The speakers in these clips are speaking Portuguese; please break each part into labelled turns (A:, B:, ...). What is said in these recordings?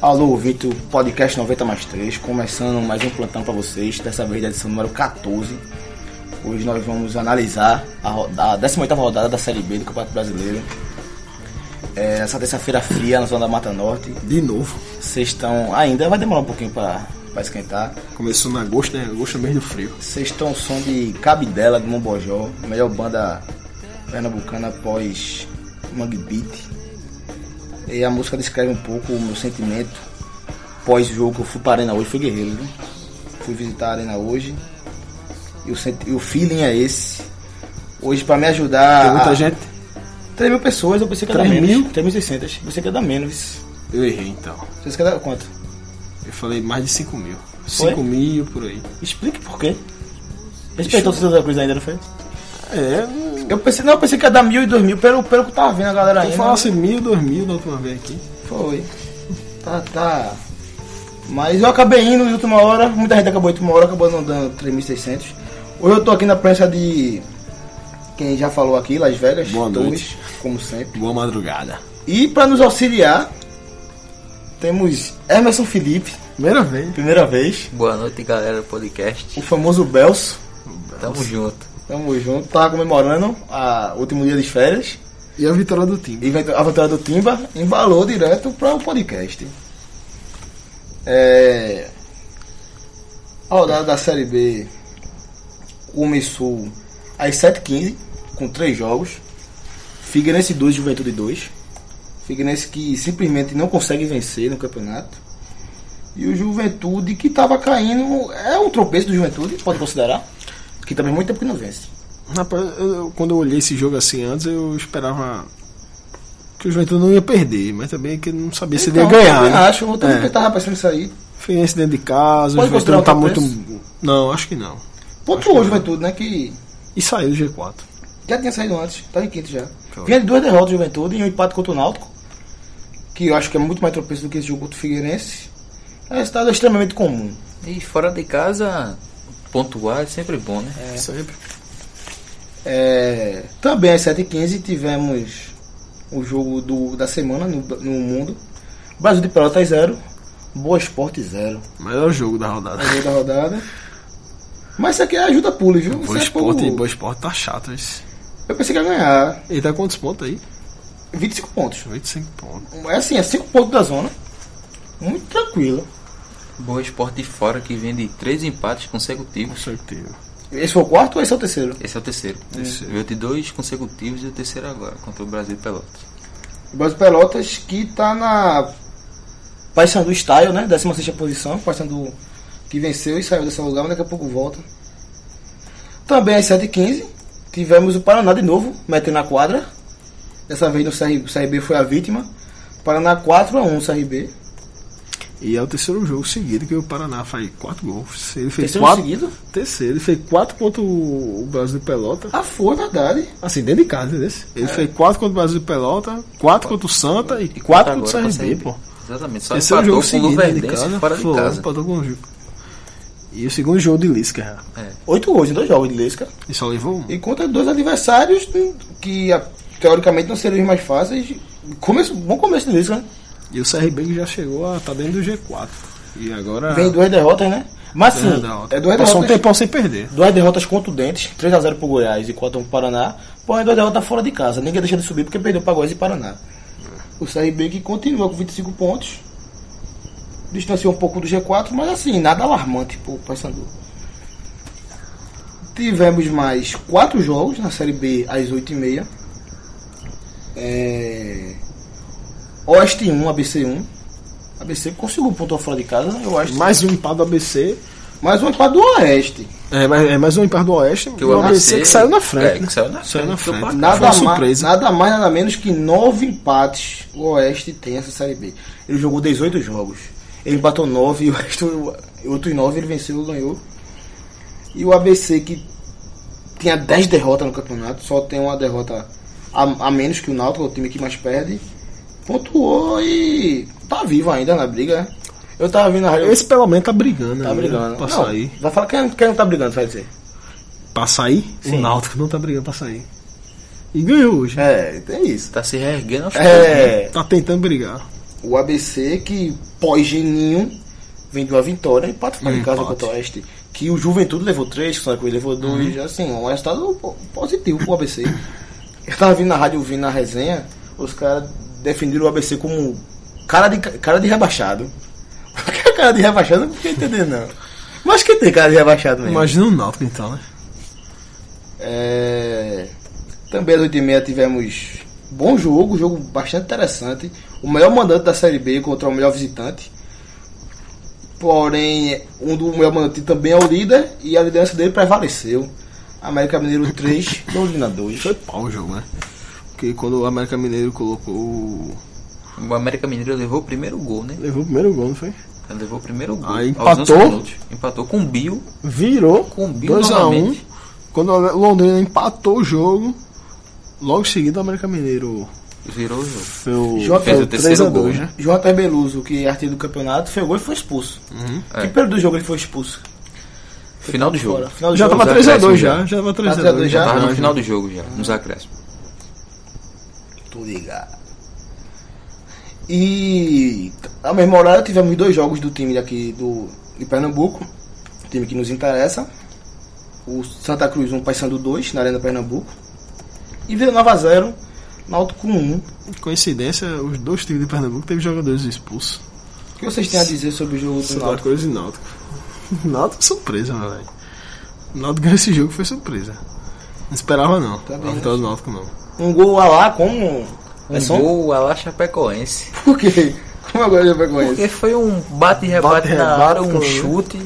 A: Alô, ouvinte, o podcast 90 mais 3, começando mais um plantão para vocês, dessa vez da edição número 14. Hoje nós vamos analisar a, roda- a 18ª rodada da Série B do Campeonato Brasileiro. É, essa terça-feira fria na zona da Mata Norte.
B: De novo.
A: Vocês estão ainda, vai demorar um pouquinho para esquentar.
B: Começou na agosto, né? Agosto é mês do frio.
A: Vocês estão um som de Cabidela do Mombojó, melhor banda pernambucana após Mangue Beat. E a música descreve um pouco o meu sentimento pós-jogo que eu fui pra arena hoje, fui guerreiro, viu? Fui visitar a arena hoje. E o, senti- e o feeling é esse. Hoje pra me ajudar.
B: Tem muita
A: a-
B: gente.
A: 3 mil pessoas, eu pensei que ia dar
B: 3 mil?
A: menos. 3.600. Você quer dar menos.
B: Eu errei então.
A: Vocês querem dar quanto?
B: Eu falei mais de 5 mil. 5 mil por aí.
A: Explique por quê. Respeitou o Santa Cruz ainda, não foi?
B: É,
A: Eu pensei, não, eu pensei que ia dar mil e dois mil, pelo, pelo que eu tava vendo a galera aí. né?
B: eu falasse assim, mil, dois mil da última vez aqui.
A: Foi. Tá, tá. Mas eu acabei indo de última hora, muita gente acabou de última hora, acabou não dando 3.600. Hoje eu tô aqui na prensa de quem já falou aqui, Las Vegas,
B: Boa
A: Torres,
B: noite.
A: como sempre.
B: Boa madrugada.
A: E pra nos auxiliar, temos Emerson Felipe,
B: Primeira vez.
A: primeira vez,
C: Boa noite, galera do podcast.
A: o famoso Belso.
C: Tamo junto.
A: Tamo junto, tava comemorando a- o último dia das férias.
B: E a vitória do time.
A: E a vitória do Timba embalou direto para o podcast. É, A rodada da Série B começou às 7h15, com três jogos. Figueirense 2, Juventude 2. Figueirense que simplesmente não consegue vencer no campeonato. E o Juventude que estava caindo, é um tropeço do Juventude, pode considerar. Que também é muito tempo que não vence.
B: Rapaz, eu- eu- quando eu olhei esse jogo assim antes, eu esperava que o Juventude não ia perder, mas também que não sabia se ele ia
A: Então, eu
B: ganhar.
A: também
B: Né?
A: Acho, eu também
B: É.
A: tava pensando isso aí.
B: Figueirense dentro de casa,
A: Pode
B: o Juventude não tá
A: considerar
B: muito.
A: o
B: Não, acho que é. não.
A: Pontuou o Juventude, né? Que
B: E saiu do G4.
A: Já tinha saído antes, tava em quinto já.
B: Claro.
A: Vinha de duas derrotas do Juventude e um empate contra o Náutico, que eu acho que é muito mais tropeço do que esse jogo contra o Figueirense. É um resultado extremamente comum.
C: E fora de casa, pontuar é sempre bom, né?
B: Sempre.
A: É, também às 7h15 tivemos o jogo do, da semana no, no mundo. Brasil de Pelotas 0, Boa Esporte 0.
B: Melhor jogo da rodada.
A: É o jogo da rodada. Mas isso aqui é ajuda pulo, viu?
B: Boa
A: Isso é
B: Esporte,
A: pouco-
B: Boa Esporte tá chato isso.
A: Eu pensei que ia ganhar
B: Ele tá com quantos pontos aí?
A: 25 pontos.
B: 25 pontos.
A: É assim, é 5 pontos da zona. Muito tranquilo.
C: Boa Esporte de fora que vem de três empates
B: Com
C: consecutivos.
B: certeza.
A: Esse foi o quarto ou esse é o terceiro?
C: Esse é o terceiro.
B: Terceiro.
C: Veio de dois consecutivos e o terceiro agora, contra o Brasil e Pelotas.
A: O Brasil Pelotas que tá na Paysandu Style, né? 16 posição. Paysandu que venceu e saiu desse lugar, mas daqui a pouco volta. Também às 7h15 tivemos o Paraná de novo, metendo na quadra. Dessa vez no CR, o CRB foi a vítima. Paraná 4x1 CRB.
B: E é o terceiro jogo seguido que o Paraná faz 4 gols. Ele fez
A: Terceiro
B: quatro,
A: seguido?
B: terceiro, ele fez 4 contra o o Brasil de Pelota.
A: Ah, foi, verdade.
B: Assim, dentro de casa, entendeu? Ele fez 4 contra o Brasil de Pelota, 4 contra o Santa e 4
C: conta
B: contra o
C: agora pra
B: CRB, pô.
C: Exatamente. Só
B: Terceiro
C: empatou
B: jogo
C: com o
B: seguido dentro de
C: Luverdense
B: casa.
C: fora de
B: Foi,
C: casa.
B: empatou com o Ju- E o segundo jogo de Lisca, já.
A: 8 gols em dois jogos de Lesca.
B: E só levou um.
A: E contra dois adversários que a- teoricamente não seriam os mais fáceis. Começo, bom começo de Lisca, né?
B: E o CRB que já chegou a tá dentro do G4. E agora.
A: Vem duas derrotas, né? Mas sim,
B: Duas derrotas.
A: é duas
B: Passou um
A: derrotas,
B: tempão sem perder.
A: duas derrotas contundentes, 3x0 pro Goiás e 4x1 pro Paraná, porém duas derrotas fora de casa. Ninguém deixa de subir porque perdeu pra Goiás e Paraná. O CRB que continua com 25 pontos, distanciou um pouco do G4, mas assim, nada alarmante pro Paysandu. Tivemos mais quatro jogos na Série B às 8h30. É... Oeste 1, ABC 1. ABC conseguiu pontuar fora de casa, né? eu acho.
B: Mais um empate do ABC.
A: Mais um empate do Oeste.
B: É, mas, é mais um empate do Oeste.
C: Que
B: e o ABC que saiu na
C: É,
B: frente. né?
C: que saiu na
B: Saiu na
C: frente.
B: frente.
C: Foi
A: Nada,
B: Foi uma
A: mais,
B: surpresa.
A: nada mais, nada menos que nove empates o Oeste tem essa Série B. Ele jogou 18 jogos. Ele bateu nove e o resto, outros nove ele venceu, ganhou. E o ABC que tinha 10 derrotas no campeonato, só tem uma derrota a, a menos que o Náutico, é o time que mais perde. Pontuou e tá vivo ainda na briga. né? Eu tava vindo na rádio.
B: Esse pelo menos tá brigando.
A: Tá
B: ainda,
A: brigando.
B: Pra
A: Não,
B: sair.
A: vai falar quem, quem não tá brigando, vai dizer.
B: Pra sair?
A: Sim.
B: O Náutico não tá brigando pra sair. E ganhou hoje. Hum.
A: É, tem isso.
C: Tá se reerguendo aos poucos, né?
A: É.
B: Tá tentando brigar.
A: O ABC que pós-geninho vem de uma vitória, empate fora de
B: Um
A: casa
B: empate.
A: contra o Oeste. Que o Juventude levou três, que o Santa Cruz levou dois,
B: Uhum.
A: assim, um resultado po- positivo pro ABC. Eu tava vindo na rádio ouvindo na resenha, os caras defenderam o ABC como cara de, ca- cara de rebaixado. O que é cara de rebaixado? Eu Não fiquei entendendo, não. Mas que tem cara de rebaixado mesmo?
B: Imagina o Náutico então, né?
A: É, Também às 8h30 tivemos bom jogo, jogo bastante interessante. O melhor mandante da Série B contra o melhor visitante. Porém, um do melhor mandante também é o líder e a liderança dele prevaleceu. América Mineiro 3, Dolina 2.
B: Foi pau o jogo, né? Porque quando o América Mineiro colocou o.
C: O América Mineiro levou o primeiro gol, né?
B: Levou o primeiro gol, não foi?
C: Ele levou o primeiro gol.
B: Aí
C: aos 11
B: Ah, empatou.
C: minutos. Empatou com o Bill.
B: Virou
C: Com o Bill
B: 2x1.
C: novamente.
B: Quando o Londrina empatou o jogo, logo em seguida o América Mineiro
C: Virou o jogo.
B: foi o,
A: Joga-
B: fez
A: fez
B: o
A: o
B: 3 a
C: terceiro gol,
B: 2
C: né?
B: né?
A: Jonathan Beluso, que é artilheiro do campeonato, pegou e foi expulso.
C: É.
B: Uhum.
A: Que período do jogo ele foi expulso?
C: Final do jogo.
A: Fora. Final do
B: Já
A: jogo.
B: tava
C: já
B: 3x2
C: cresce,
B: já,
C: já.
B: já tava
A: 3x2
B: 3x2
A: já.
C: Tava no
B: já.
C: final do jogo já, nos acréscimos.
A: Tô ligado. E ao mesmo horário tivemos dois jogos do time daqui do, de Pernambuco, o time que nos interessa. O Santa Cruz 1, Paysandu 2, na Arena Pernambuco. E Vila Nova 0, Náutico 1.
B: Coincidência, os dois times de Pernambuco teve jogadores expulsos.
A: O que vocês têm a dizer sobre o jogo do
B: Santa
A: Náutico?
B: Cruz e Náutico. Náutico surpresa, meu velho. Náutico ganhou esse jogo foi surpresa. Não esperava não.
A: Também
B: a
A: não.
B: vitória do Náutico não.
A: Um gol a lá como...
C: Um
A: é só um...
C: gol a lá Chapecoense.
A: Por quê? Como agora já vai com isso?
C: Porque foi um bate e rebate na
B: Bate-rebate,
C: área, um
B: como-
C: chute.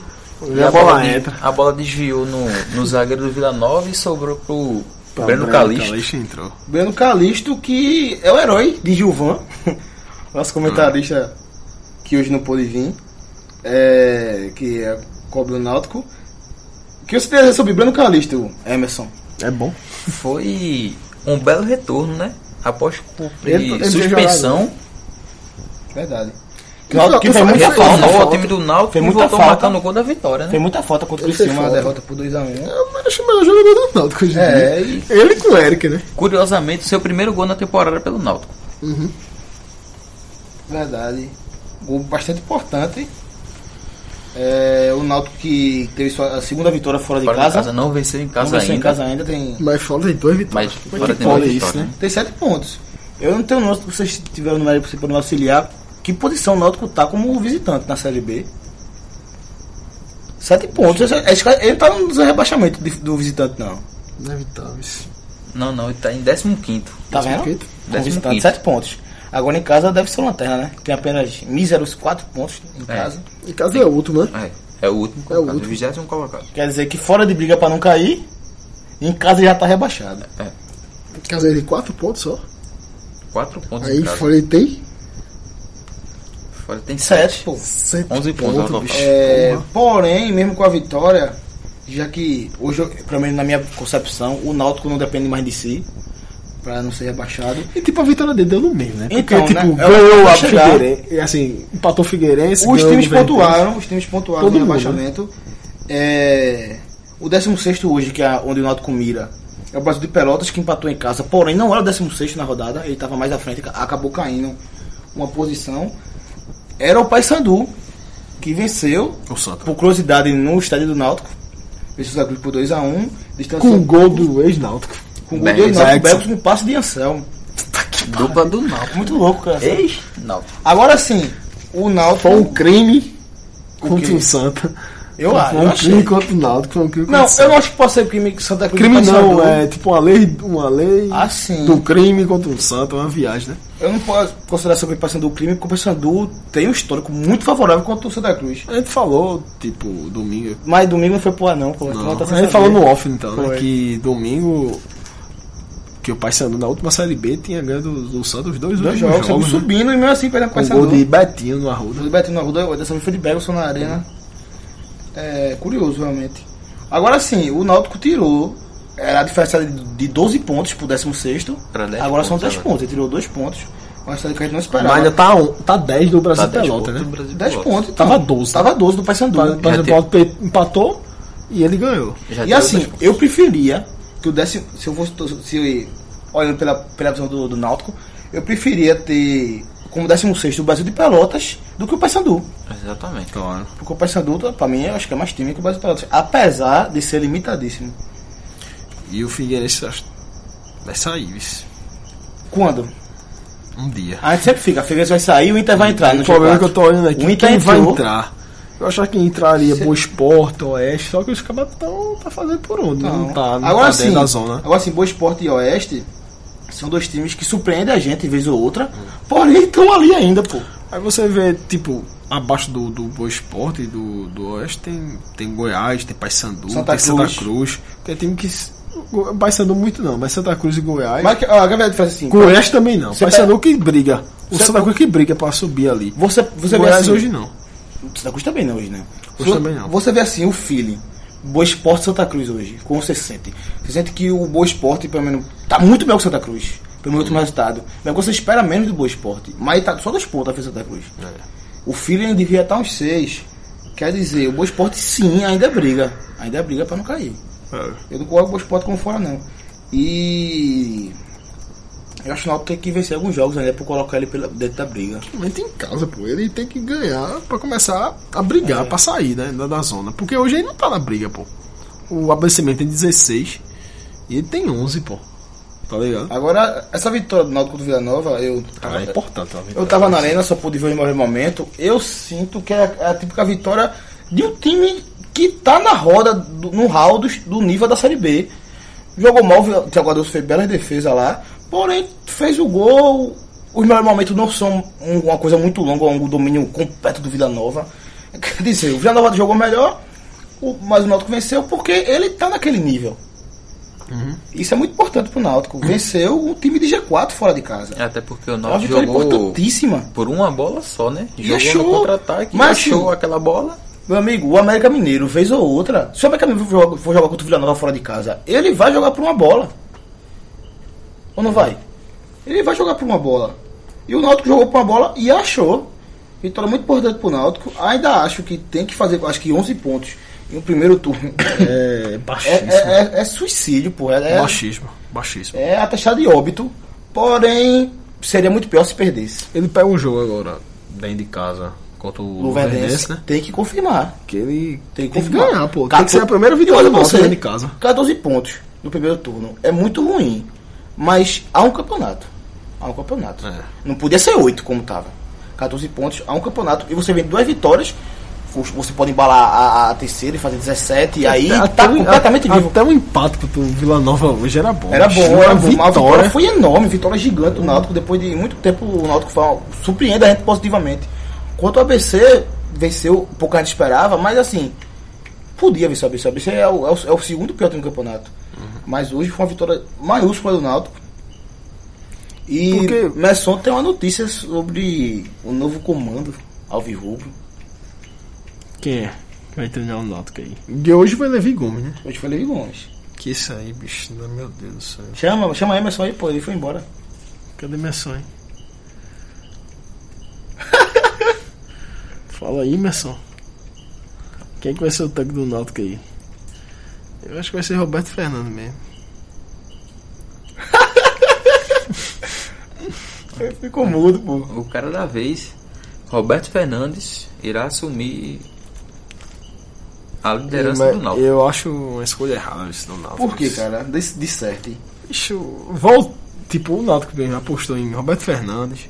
B: E a bola entra.
C: A bola desviou no, no zagueiro do Vila Nova e sobrou pro, pro Breno
B: Breno
C: Tá Calixto.
B: Calixto entrou.
A: Breno Calixto, que é o herói de Gilvan, nosso comentarista que hoje não pôde vir, é, que é cobre o Náutico. O que você tem a dizer sobre Breno Calixto, Emerson?
B: É bom.
C: Foi um belo retorno, né? Após cumprir
A: Ele- ele fez
C: suspensão,
A: Verdade. O Náutico que
B: Ele
A: fez muita
B: fez- ele
A: falta.
C: retornou ao
B: falta.
C: time do Náutico
A: Fez
C: e
A: muita
C: voltou
A: falta.
C: marcando o gol da vitória, né?
A: Fez muita falta contra o
B: Ele fez
A: Criciúma, a um.
B: falta.
A: derrota por 2x1.
B: Eu acho É, o melhor jogador do Náutico hoje em
A: É,
B: dia.
A: e-
B: Ele com o Eric, né?
C: Curiosamente, seu primeiro gol na temporada pelo Náutico.
A: Verdade. Gol bastante importante. É, o Náutico que teve sua a segunda vitória fora de
C: Fora
A: casa.
C: de casa, não venceu em casa
A: Não venceu
C: ainda.
A: em casa ainda, tem
B: Mas fora de duas vitórias.
C: Mas fora tem
B: foda
C: duas
B: isso,
C: vitórias,
B: né?
A: Tem sete pontos. Eu não tenho noção que vocês tiveram no médico para me auxiliar. Que posição o Náutico tá como visitante na Série B? Sete pontos. Esse- esse cara- Ele tá no rebaixamento de- do visitante, não.
B: Deve estar, isso.
C: Não, não, ele tá em 15.
A: Tá
B: Décimo
A: vendo?
B: quinto.
A: Com
C: Décimo
A: visitante,
C: quinto.
A: sete pontos. Agora em casa deve ser o Lanterna, né? Tem apenas míseros quatro pontos em
C: É.
A: casa.
B: Em casa é o último, né?
C: É, é o último colocado,
B: último.
C: 20 colocado.
A: Quer dizer que fora de briga para não cair, em casa já tá rebaixado.
B: Em casa ele tem quatro pontos só.
C: 4 pontos em
B: Aí
C: casa.
B: fora ele tem
C: Fora tem 7.
A: Sete, pô.
C: 11 pontos,
B: pontos,
C: ao
B: tá bicho.
C: total.
A: É, porém, mesmo com a vitória, já que hoje, eu- pelo menos na minha concepção, o Náutico não depende mais de si para não ser rebaixado.
B: E tipo, a vitória dele deu no meio, né? Porque,
A: Então, né?
B: tipo,
A: É o que eu
B: ganhou
A: vou
B: a
A: chegar.
B: Figueirense. Assim, empatou o
A: Os
B: Figueirense. ganhou o
A: times
B: Juventude.
A: pontuaram, os times pontuaram
B: é né? Todo
A: no
B: mundo, né?
A: rebaixamento. É, o 16 hoje, que é onde o Náutico mira, é o Brasil de Pelotas que empatou em casa, porém não era o 16 na rodada, ele estava mais à frente, acabou caindo uma posição. Era o Paysandu que venceu
B: O Santa.
A: por curiosidade no estádio do Náutico. Venceu o Santa Cruz por 2x1.
B: Com o gol do ex-náutico.
A: Com o gol
C: Bergs.
A: do Náutico,
B: Bergs.
A: Bergs com passe de Anselmo.
C: Dupla do Náutico.
A: Muito louco, cara.
C: Ei, Náutico.
A: Agora sim, o Náutico...
B: Foi um crime contra
A: quê?
B: o Santa.
A: Eu acho,
B: Foi
A: eu
B: um
A: achei.
B: crime contra o Náutico. Foi um crime contra
A: Não,
B: o
A: eu
B: Santa.
A: não acho que possa ser crime que Santa Cruz
B: Crime não,
A: Paysandu.
B: é tipo uma lei, uma lei
A: Ah, sim.
B: do crime contra o Santa, uma viagem, né?
A: Eu não posso considerar sobre o Paysandu crime, porque o Paysandu tem um histórico muito favorável contra o Santa Cruz.
B: A gente falou, tipo, domingo.
A: Mas domingo não foi pro não, pô.
B: Não,
A: Então tá sem
B: a gente
A: saber.
B: falou no off então, né?
A: Foi.
B: Que domingo. Que o Paysandu na última série B tinha ganho do, do Santa os dois,
A: Dois
B: últimos
A: jogos,
B: jogos.
A: jogos
B: né?
A: subindo e mesmo assim perdendo pro
B: Com o gol
A: Paysandu.
B: de Betinho no Arruda.
A: O Beto na Ruda, dessa vez foi de Bergson na arena. É curioso, realmente. Agora sim, o Náutico tirou. Era a diferença de 12 pontos pro 16.
C: Era 10
A: Agora são
C: pontos né?
A: 10
C: agora.
A: pontos. Ele tirou 2 pontos. Uma história que a gente não
B: Mas
A: esperava.
B: ainda tá, um- tá 10 do Brasil
C: Tá 10
B: Pelota,
C: pontos do
B: né?
C: Brasil tá
A: 10
C: Pelotas.
A: pontos. então.
B: Tava 12.
A: Tava 12 do
B: O Brasil
A: Paysandu.
B: Pelota pe- empatou e ele ganhou.
C: Já
A: E
C: deu
A: assim,
C: dois É, pontos.
A: eu preferia que o décimo. Se eu fosse. Se eu, olhando pela, pela visão do, do Náutico, eu preferia ter como 16 do Brasil de Pelotas do que o Paysandu.
C: Exatamente.
B: Claro.
A: Porque o Paysandu, pra mim, eu acho que é mais time que o Brasil de Pelotas. Apesar de ser limitadíssimo.
B: E o Figueirense acho- vai sair, vice.
A: Quando?
B: Um dia.
A: A gente sempre fica, a Figueirense vai sair e o Inter vai entrar no
B: o problema
A: G4.
B: é que eu tô olhando aqui,
A: O Um Inter
B: quem vai
A: entrou.
B: entrar? Eu achava que entraria
A: Cê-
B: pro Sport, Oeste, só que os caras estão tá fazendo por onde, não, tá, não
A: Então, agora
B: tá
A: sim,
B: dentro da zona.
A: Agora sim, Boa Esporte e Oeste são dois times que surpreendem a gente vez ou outra,
B: Hum.
A: porém estão ali ainda, pô.
B: Aí você vê, tipo, abaixo do, do Boa Esporte e do, do Oeste tem, tem Goiás, tem Paysandu,
A: Santa
B: tem Santa
A: Cruz.
B: Cruz. Tem time que. s- Go- Paysandu muito não, mas Santa Cruz e Goiás.
A: Mas que- ó, a verdade faz assim,
B: Goiás também não.
A: Você
B: Paysandu que briga. O
A: Você-
B: Santa Cruz que briga pra subir ali.
A: você, você vê
B: Goiás
A: assim,
B: hoje não.
A: Santa Cruz também não hoje, né?
B: Hoje
A: Você-
B: também não.
A: Você vê assim o feeling. Boa Esporte Santa Cruz hoje, como você sente? Você sente que o Boa Esporte, pelo menos, tá muito melhor que o Santa Cruz, pelo
B: Uhum.
A: último resultado. Mas você espera menos do Boa Esporte, mas tá só dois pontos a frente do Santa Cruz.
B: É.
A: O feeling devia estar uns seis. Quer dizer, o Boa Esporte sim, ainda briga. Ainda briga pra não cair. Eu não coloco o Boa Esporte como fora, não. E. Eu acho que o Náutico tem que vencer alguns jogos ainda pra colocar ele pela, dentro da briga.
B: Mas em casa, pô. Ele tem que ganhar pra começar a
A: É.
B: brigar, pra sair né, da, da zona. Porque hoje ele não tá na briga, pô. O abastecimento tem 16 e ele tem 11, pô. Tá ligado?
A: Agora, essa vitória do Náutico contra o Vila Nova, eu.
B: Cara, é importante. uma
A: Eu tava na arena, só pude ver em primeiro momento. Eu sinto que é a típica vitória de um time que tá na roda, do- no hall dos- do, nível da Série B. Jogou mal, o Vila- o Thiago Adolfo fez belas defesas lá, porém fez o gol. Os melhores momentos não são um- uma coisa muito longa, um domínio completo do Vila Nova. Quer dizer, o Vila Nova jogou melhor, o- mas o Náutico venceu porque ele tá naquele nível.
B: Uhum.
A: Isso é muito importante pro Náutico. Venceu um time de G4 fora de casa.
C: Até porque o
A: É uma
C: Norte
A: vitória
C: jogou
A: importantíssima.
C: por uma bola só, né? Jogou
A: achou.
C: no contra-ataque,
A: Mas
C: achou
A: assim,
C: aquela bola.
A: Meu amigo, o América Mineiro, vez ou outra, se o América Mineiro for jogar, for jogar contra o Vila Nova fora de casa, ele vai jogar por uma bola. Ou não vai? Ele vai jogar por uma bola. E o Náutico jogou por uma bola e achou. Vitória muito importante pro Náutico. Ainda acho que tem que fazer, acho que 11 pontos em um primeiro turno.
B: É
A: É,
B: baixíssimo.
A: é- é- é suicídio, pô. É, é-
B: Baixíssimo. Baixíssimo.
A: é atestado de óbito. Porém, seria muito pior se perdesse.
B: Ele pega um jogo agora, dentro de casa, contra o Luverdense,
A: Luverdense
B: né?
A: tem que confirmar.
B: Que ele
A: Tem que,
B: ganhar, pô. Tem que ser a primeira vitória
A: vitória
B: do Náutico dentro de casa.
A: 14 pontos no primeiro turno. É muito ruim. Mas há um campeonato. Há um campeonato.
B: É.
A: Não podia ser 8 como tava. 14 pontos, há um campeonato. E você vem duas vitórias. Você pode embalar a, a terceira e fazer 17. E aí tá
B: o-
A: completamente
B: É, a-
A: livre.
B: Até o impacto pro Vila Nova hoje era bom.
A: Era
B: Tinha
A: bom, era
B: uma
A: bom. mas A vitória
B: vitória.
A: foi enorme, vitória gigante do Náutico. Depois de muito tempo, o Náutico foi- surpreende a gente positivamente. Quanto ao ABC, venceu pouco a gente esperava, mas assim, podia vencer o ABC. O ABC é o, é o- é o segundo pior time do campeonato. Mas hoje foi uma vitória maiúscula do Náutico. E
B: Porque-
A: Messon tem uma notícia sobre o novo comando Alves Rubro.
B: Quem é? Vai treinar o Náutico aí. E hoje vai Levi Gomes, né?
A: Hoje foi Levi Gomes.
B: Que isso aí, bicho. Meu Deus do céu.
A: Chama, chama Emerson aí, pô, ele foi embora.
B: Cadê minha sonha? Fala aí, Merson. Quem é que vai ser o tanque do Náutico aí? Eu acho que vai ser Roberto Fernando mesmo.
A: Ficou mudo, pô.
C: O cara da vez, Roberto Fernandes, irá assumir a liderança do Náutico.
B: Eu acho uma escolha errada isso do Náutico.
A: Por que, cara? Dis- Disserte.
B: Bicho, vol- tipo, o Náutico mesmo já apostou em Roberto Fernandes,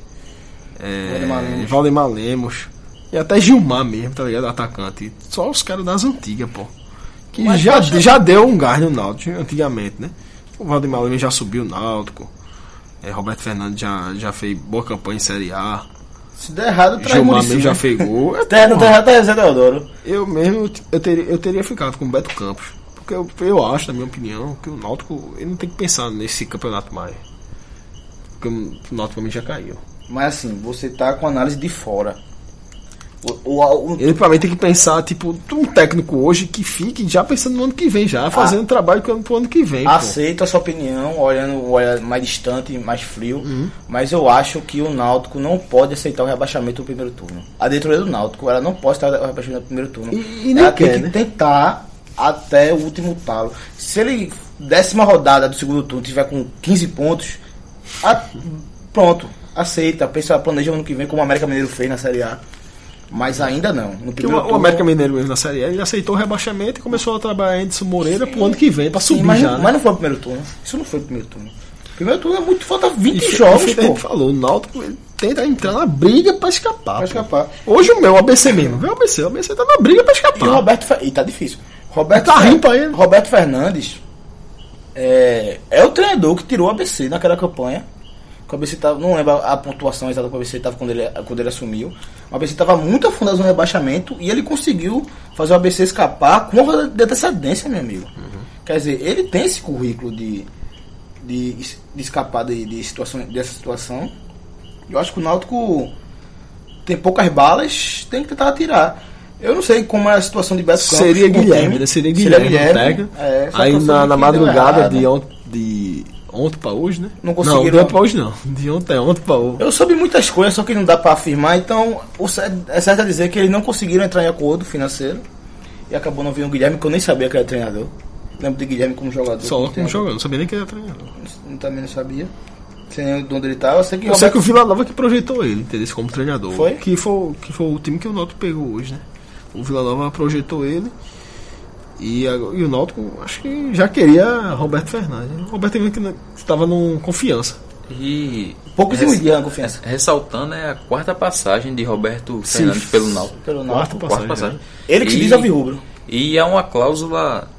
A: Valdemar
B: é,
A: Lemos.
B: Valdemar Lemos e até Gilmar mesmo, tá ligado? Atacante. Só os caras das antigas, pô. Que
A: Mas
B: já,
A: acha-
B: já deu um gás no Náutico antigamente, né? O Valdemar Lemos já subiu o Náutico. É, Roberto Fernandes já, já fez boa campanha em Série A.
A: Se der errado, traz
B: Gilmar
A: Muricy,
B: mesmo já
A: né?
B: fez gol. É,
A: Terra,
B: pô,
A: terra, terra, Zé Deodoro.
B: eu mesmo tipo, eu teria, eu teria ficado com o Beto Campos. Porque eu, eu acho, na minha opinião, que o Náutico ele não tem que pensar nesse campeonato mais. Porque o Náutico pra mim já caiu.
A: Mas assim, você tá com análise de fora. O, o, o-
B: Ele pra mim tem que pensar, tipo, um técnico hoje que fique já pensando no ano que vem, já fazendo
A: Ah.
B: trabalho pro ano- pro ano que vem. pô.
A: aceito a sua opinião, olhando, olhando mais distante, mais frio.
B: Uhum.
A: Mas eu acho que o Náutico não pode aceitar o rebaixamento no primeiro turno. A diretoria do Náutico, ela não pode estar o rebaixamento no primeiro turno.
B: E- e nem
A: ela tem
B: quer,
A: que
B: né?
A: tentar até o último talo. Se ele, décima rodada do segundo turno, tiver com 15 pontos, a- pronto. aceita, pensa, planeja o ano que vem como o América Mineiro fez na Série A. Mas ainda não. No
B: Porque
A: primeiro
B: o, o
A: turno-
B: América Mineiro mesmo na Série A, ele aceitou o rebaixamento e começou a trabalhar Edson Moreira pro ano que vem, pra subir
A: Sim, mas,
B: já.
A: não-
B: né?
A: mas não foi o primeiro turno. Isso não foi o primeiro turno. Primeiro turno é muito, falta 20
B: Isso-
A: jogos,
B: isso que a gente
A: pô.
B: falou, o Náutico ele tenta entrar na briga pra escapar.
A: Pra
B: pô.
A: escapar.
B: Hoje o meu, o ABC mesmo, vem o ABC, o ABC tá na briga pra
A: E o
B: escapar.
A: Roberto. Fe- E tá difícil. Roberto,
B: Tá
A: Fer-
B: rindo pra ele.
A: Roberto Fernandes é, é o treinador que tirou o ABC naquela campanha. Que O ABC tava, não lembro a pontuação exata que o ABC tava quando ele, quando ele assumiu. O ABC estava muito afundado no rebaixamento e ele conseguiu fazer o ABC escapar com uma rodada de antecedência, meu amigo. Quer dizer, ele tem esse currículo de, de, es- de escapar de, de situação, dessa situação. Eu acho que o Náutico tem poucas balas, tem que tentar atirar. Eu não sei como é a situação de Beto Campos.
B: Seria
A: com o
B: Guilherme,
A: Temer.
B: né? Seria Guilherme, o técnico.
A: É, só que
B: Aí
A: eu sei
B: na,
A: que
B: na
A: deu
B: madrugada
A: errado.
B: de, ont, de ontem pra hoje, né?
A: Não conseguiram.
B: Não, de ontem pra hoje não. De ontem, ontem pra hoje.
A: Eu soube muitas coisas, só que não dá pra afirmar. Então, o certo, é certo é dizer que eles não conseguiram entrar em acordo financeiro. E acabou não vindo o Guilherme, que eu nem sabia que era treinador. Lembro de Guilherme como jogador.
B: Só um como
A: treinador.
B: jogando, não sabia nem quem era treinador.
A: Eu Também não sabia. Sem nem de onde ele tava. Eu sei que
B: Eu sei
A: Roberto-
B: que o Vila Nova que projetou ele, entendeu? Como treinador.
A: Foi?
B: Que foi, o- que foi o time que o Náutico pegou hoje, né? O Vila Nova projetou ele. E, agora- e o Náutico, acho que já queria Roberto Fernandes. O Roberto Fernandes que não- que estava num confiança.
C: E
A: Poucos
B: É.
C: res-
A: em um dia, confiança.
C: ressaltando é a quarta passagem de Roberto
B: Sim.
C: Fernandes pelo Náutico.
A: Pelo
B: Quarta
A: Náutico.
C: Quarta
B: passagem.
C: passagem.
A: né? Ele que se
C: E-
A: diz alvirrubro.
C: E é uma cláusula,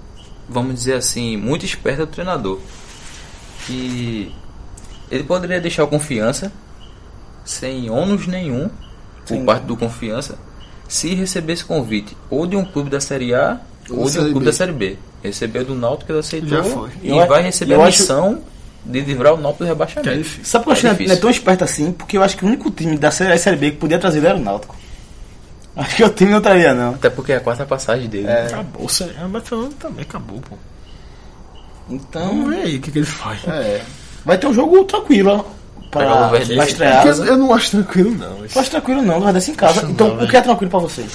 C: vamos dizer assim, muito esperta do treinador. Que ele poderia deixar o confiança sem ônus nenhum por
A: Sim.
C: parte do confiança se recebesse convite ou de um clube da Série A
B: Ou
C: ou
B: da
C: de um
B: Série
C: clube
B: B.
C: da Série B. Recebeu do Náutico, ele aceitou
B: Já foi.
C: e
A: Eu a-
C: vai receber
A: eu
C: a
A: acho-
C: missão de livrar o Náutico do rebaixamento.
B: Que é difícil.
A: Sabe por que eu
C: É
A: acho que não é
C: difícil.
A: tão esperto assim? Porque eu acho que o único time da Série A e Série B que podia trazer ele era o Náutico. Acho que o time não traria, não.
C: Até porque é a quarta passagem dele.
A: É.
C: né?
B: Acabou, é, sério. O Roberto Fernandes também acabou, pô. Vamos
A: Então,
B: ver aí o que, que ele faz.
A: é. Vai ter um jogo tranquilo ó,
C: Pegar
A: pra,
C: o Verde.
A: pra estrear.
B: Porque eu não acho tranquilo, não.
A: Não acho tranquilo, não. Vai descer em casa.
B: Acho
A: Então,
B: não,
A: o que é tranquilo pra vocês?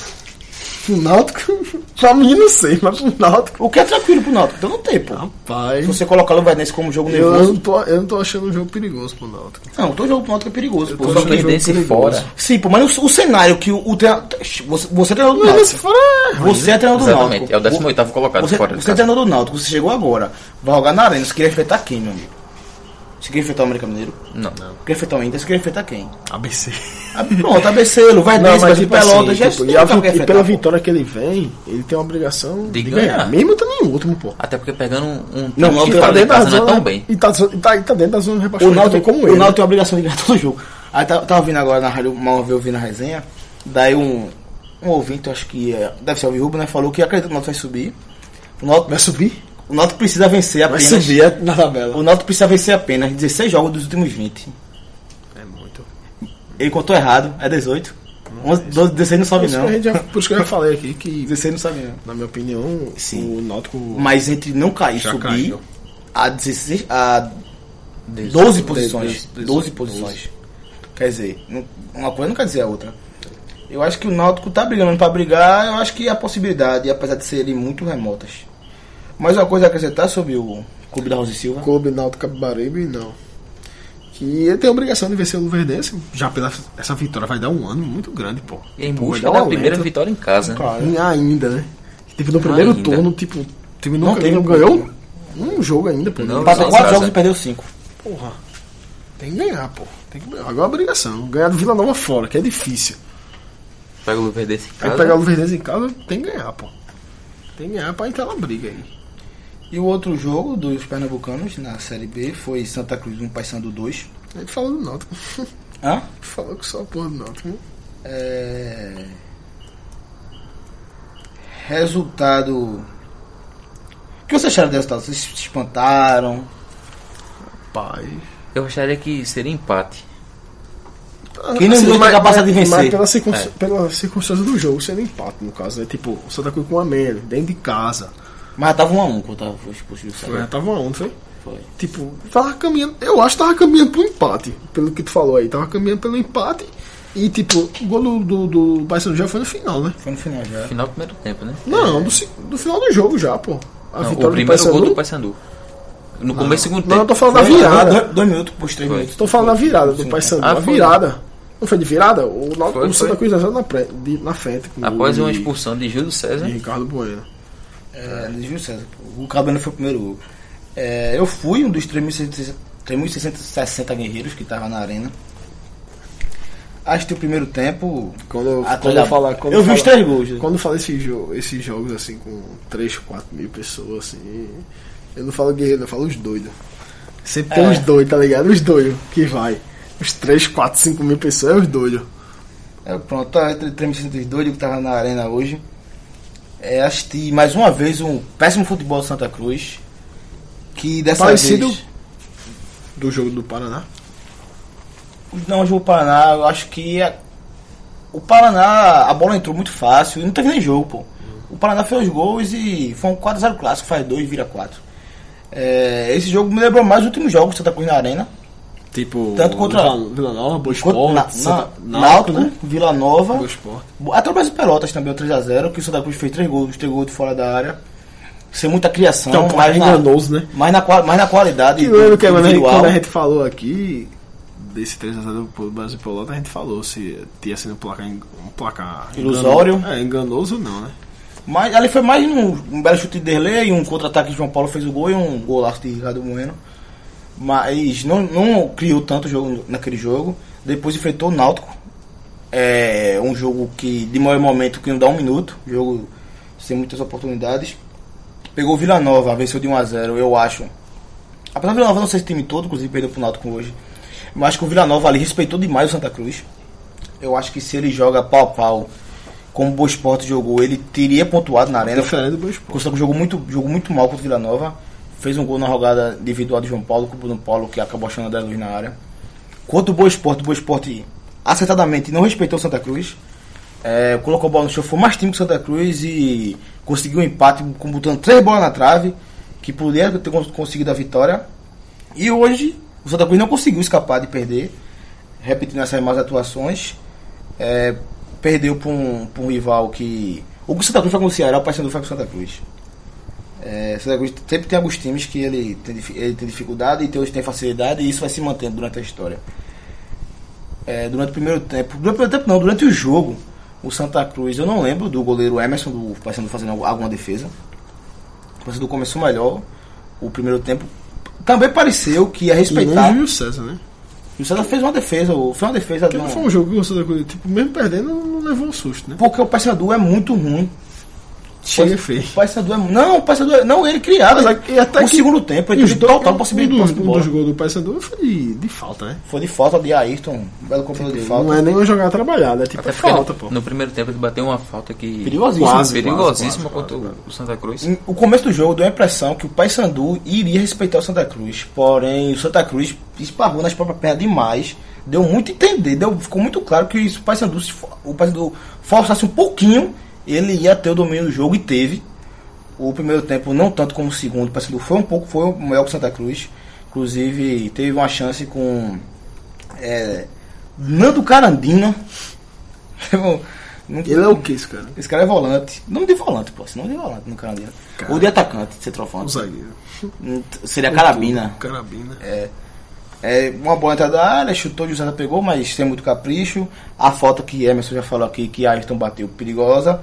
B: Pro Náutico, pra mim não sei, mas pro Náutico.
A: O que é tranquilo pro Náutico? Então não tem, pô.
B: Rapaz,
A: Se você colocar o Verdense como jogo
B: eu,
A: nervoso.
B: não tô, eu não tô achando um jogo perigoso pro Náutico.
A: Não, todo jogo pro Náutico é perigoso, pô.
B: tô
C: Só
A: Só
B: achando
A: que-
B: um jogo
C: perdesse
B: perigoso.
C: fora.
A: Sim, pô, mas o, o cenário que o, o treinador. Você, você é treinador do
B: Mas se
A: Náutico.
B: for é ruim,
A: Você é treinador do
C: Exatamente,
A: Náutico.
C: é o 18º colocado
A: Você,
C: fora de
A: você é
C: casa.
A: treinador do Náutico, você chegou agora. Vai jogar na arena. Você queria enfrentar quem, meu amigo? Você queria enfrentar o América Mineiro?
C: Não.
A: Queria enfrentar o Inter? Você queria enfrentar quem?
B: ABC.
A: Ah, pronto, ABC, Lu, vai
B: Não,
A: Dense,
B: mas
A: Brasil
B: tipo
A: Pelota,
B: assim,
A: já
B: tipo,
A: tem
B: e, a
A: que
B: vi-
A: alguém
B: e pela
A: enfrentar, pô.
B: vitória que ele vem, ele tem uma obrigação
C: De
B: de,
C: ganhar.
B: ganhar. Mesmo estando em último, pô.
C: Até porque pegando um um
A: Não,
C: time
A: não,
C: que
A: tá
C: fora de
A: dentro
C: casa não é
B: zona,
C: tão bem.
B: E tá, e tá, e tá dentro da zona de
A: O
B: rebaixamento
A: Náutico,
B: como
A: o
B: ele. né?
A: Náutico tem a obrigação de ganhar todo jogo. Aí tá- tava ouvindo agora na rádio, mal eu ouvindo a resenha, daí um, um ouvinte, eu acho que é, deve ser o Rubo, né, falou que acredita que o Náutico vai subir. O Náutico,
B: Vai subir?
A: o Náutico precisa vencer
B: Vai
A: apenas.
B: subir é na tabela.
A: O Náutico precisa vencer apenas 16 jogos dos últimos 20.
B: É muito.
A: Ele contou errado, é 18. 11, 12, 16 não
B: Por
A: sobe
B: isso,
A: não.
B: que a gente já, por isso que eu já falei aqui que,
A: 16 não sobe não.
B: na minha opinião,
A: Sim.
B: o Náutico
A: Mas entre não cair e
B: Já
A: subir,
B: caiu.
A: a, 16, a 12, posições. 12, posições. Quer dizer, não- uma coisa não quer dizer a outra. Eu acho que o Náutico tá brigando pra brigar, eu acho que a possibilidade, apesar de serem muito remotas. Mais uma coisa a acrescentar sobre o Clube da Rosa e Silva.
B: Clube Náutico Capibaribe, não. Que ele tem a obrigação de vencer o Luverdense. Já pela essa vitória vai dar um ano muito grande, pô.
C: E em
B: Pô,
C: busca
B: vai
C: da
B: dar um
C: primeira
B: alento.
C: vitória em casa. né?
B: E ainda, né? Que Teve no primeiro
C: Ainda.
B: turno, tipo, o time não,
A: Não teve
B: não
A: um
B: ganhou um jogo ainda, pô.
C: Não,
A: Empatou
C: só
A: 4
C: atrasa.
A: jogos e perdeu 5.
B: Porra. Tem que ganhar, pô. Tem que ganhar. Agora é obrigação. Ganhar do Vila Nova fora, que é difícil.
C: Pega o Luverdense em
B: Aí
C: casa.
B: pegar o Luverdense em casa, tem que ganhar, pô. Tem que ganhar pra entrar na briga aí.
A: E o outro jogo dos pernambucanos na Série B foi Santa Cruz 1, Paysandu 2.
B: A gente falou do Náutico.
A: Hã?
B: falou que só a porra do Náutico.
A: É... Resultado. O que vocês acharam do resultado? Vocês se espantaram?
B: Pai.
C: Eu acharia que seria empate.
A: Quem não viu
B: Ah, assim, mas-
A: é capaz de
B: mas-
A: vencer.
B: Mas pela, circun...
C: É.
B: pela circunstância do jogo, sendo empate, no caso, né? Tipo, o Santa Cruz com a menos, dentro de casa.
A: Mas tava 1 a 1 quando eu tava expulso do
B: Já
A: Sérgio.
B: tava ontem, foi?
A: Foi.
B: Tipo, tava caminhando. Eu acho que tava caminhando pro empate, pelo que tu falou aí. Tava caminhando pelo empate. E tipo, o gol do, do, do Paysandu já foi no final, né?
A: Foi no final já.
C: Final do primeiro tempo, né?
B: Não, do, se- do final do jogo já, pô. A
C: Não, o
B: vitória do
C: primeiro gol
B: Paysandu.
C: do Paysandu. no começo do segundo
B: Não, eu
C: tempo.
B: tô falando da virada.
A: Dois, dois minutos, pôs três
C: Foi.
A: minutos.
B: Tô falando da virada do
A: Sim.
B: Paysandu.
C: Ah,
B: a
C: foi.
B: virada. Não foi de virada? O, Nau-
C: Foi,
B: o Santa
C: foi.
B: Cruz nasceu na, pré- de- na frente. com
C: Após
B: o
C: uma
B: de-
C: expulsão né? de Júlio César,
B: de Ricardo Bueno.
A: É, Gil César, pô. o Cabano foi o primeiro gol. É, eu fui um dos 3.660 3.660 guerreiros que tava na arena. Acho que o primeiro tempo.
B: Quando,
A: atrás
B: quando
A: da-
B: eu falar. Quando
A: eu vi
B: falar-
A: os três gols. né?
B: Quando eu falo esses, jo- esses jogos assim com 3, 4 mil pessoas, assim. Eu não falo guerreiro, eu falo os doidos. Sempre tem
A: É.
B: os doidos, tá ligado? Os doidos que vai. Os 3, 4, 5 mil pessoas é os doidos.
A: É, pronto, tá entre 3.602 que tava na arena hoje. É, assisti mais uma vez um péssimo futebol de Santa Cruz. Que dessa
B: Parecido-
A: vez.
B: Do jogo do Paraná.
A: Não, o Paraná, eu acho que a- o Paraná, a bola entrou muito fácil e não teve nem jogo, pô. O Paraná fez os gols e foi um 4x0 clássico, faz 2 vira 4. É, esse jogo me lembrou mais os últimos jogos do Santa Cruz na Arena.
B: Tipo.
A: Tanto contra-
B: Vila- Vila Nova, Boa
A: Contra-
B: Esporte,
A: na,
B: Santa-
A: na- Náutico,
B: né?
A: Vila Nova.
B: Boa Esporte.
A: Até o Brasil Pelotas também, o 3x0, que o Santa Cruz fez 3 gols, 3 gols de fora da área. Sem muita criação,
B: Então,
A: mas,
B: mais
A: na,
B: enganoso, né?
A: mas, na, qua- mas na qualidade
B: E lembra que mano, a gente-
A: individual.
B: quando a gente falou aqui desse 3x0 pro Brasil Pelota, a gente falou se tinha sido um placar, en- um placar
A: Ilusório.
B: engano- É, enganoso ou não, né?
A: Mas ali foi mais um, um belo chute de Derlei, um contra-ataque de João Paulo fez o gol e um golaço de Ricardo Bueno. Mas não, não criou tanto jogo naquele jogo. Depois enfrentou o Náutico. É um jogo que de maior momento que não dá um minuto. Jogo sem muitas oportunidades. Pegou o Vila Nova, venceu de 1 a 0 eu acho. Apesar do Vila Nova não ser esse time todo, inclusive perdeu pro Náutico hoje. Mas acho que o Vila Nova ali respeitou demais o Santa Cruz. Eu acho que se ele joga pau a pau, como o Boa Esporte jogou, ele teria pontuado na arena.
B: Diferente do Boa
A: O
B: Esporte.
A: Santa Cruz jogou muito, jogou muito mal contra o Vila Nova. Fez um gol na jogada individual de João Paulo, com o Bruno Paulo, que acabou achando a André Luiz na área. Quanto o Boa Esporte, o Boa Esporte acertadamente não respeitou o Santa Cruz. É, colocou a bola no chão, foi mais time que o Santa Cruz e conseguiu um empate com- botando três bolas na trave, que poderia ter cons- conseguido a vitória. E hoje o Santa Cruz não conseguiu escapar de perder, repetindo essas más atuações. É, perdeu para um, pra um rival que. O que o Santa Cruz foi com o Ceará, o Paysandu foi com o Santa Cruz. É, Santa Cruz sempre tem alguns times que ele tem, difi- ele tem dificuldade e tem outros que tem facilidade, e isso vai se mantendo durante a história. É, durante o primeiro tempo, durante o primeiro tempo não, durante o jogo, o Santa Cruz, eu não lembro do goleiro Emerson do Paysandu fazendo algum- alguma defesa. O Paysandu começou melhor o primeiro tempo. Também pareceu que ia
B: E nem
A: respeitar.
B: o Júlio César, né?
A: E o Santa fez uma defesa, o- foi uma defesa de
B: Porque não
A: um-
B: foi um jogo que o Santa Cruz, tipo, mesmo perdendo, não levou um susto, né?
A: porque o Paysandu é muito ruim.
B: Chega
A: Pois-
B: feio.
A: O Paysandu é. Não, o Paysandu é. Não, ele criado.
B: Mas aqui- e até
A: o
B: que-
A: segundo tempo, ele
B: E os
A: teve
B: dois-
A: total
B: um
A: possibilidade
B: dos-
A: de posse de
B: Um dos
A: bola.
B: gols do Paysandu foi de, de falta, né?
A: Foi de falta de Ayrton, um belo controle de falta.
B: Não é nem uma jogada trabalhada, é tipo
C: até porque
B: falta,
C: no,
B: pô.
C: no primeiro tempo ele bateu uma falta que.
A: Perigosíssimo.
B: Quase.
C: perigosíssima
B: quase,
C: contra o- o Santa Cruz.
A: Em- O começo do jogo deu a impressão que o Paysandu iria respeitar o Santa Cruz. Porém, o Santa Cruz esparrou nas próprias pernas demais. Deu muito a entender, deu, ficou muito claro que se o Paysandu, se for- o Paysandu forçasse um pouquinho, ele ia ter o domínio do jogo e teve. O primeiro tempo, não tanto como o segundo, o Paysandu foi um pouco foi melhor que o Santa Cruz. Inclusive, teve uma chance com é, Nando Carandina. Não-
B: Ele é o que esse cara?
A: esse cara é volante. Nome de volante, pô. Esse nome de volante no Carolina.
B: Cara.
A: Ou de atacante, de
B: Um
A: centroavante.
B: zagueiro.
A: Hum, Seria carabina.
B: Carabina.
A: É, uma bola entrada da área, chutou, José pegou, mas sem muito capricho. A falta que Emerson já falou aqui, que Ayrton bateu perigosa.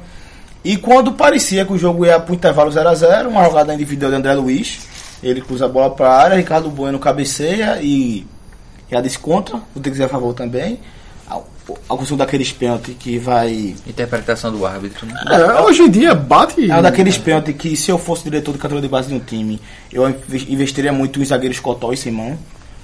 A: E quando parecia que o jogo ia pro intervalo 0x0, uma jogada individual de André Luiz. Ele cruza a bola pra área, Ricardo Bueno cabeceia e já descontra. O que quiser a favor também. A, a questão daqueles pênalti que vai
C: Interpretação do árbitro. né?
B: É, hoje em dia bate.
A: É um daqueles pênaltis que se eu fosse diretor de categoria de base de um time, eu inve- investiria muito em zagueiros cotó e sem mão,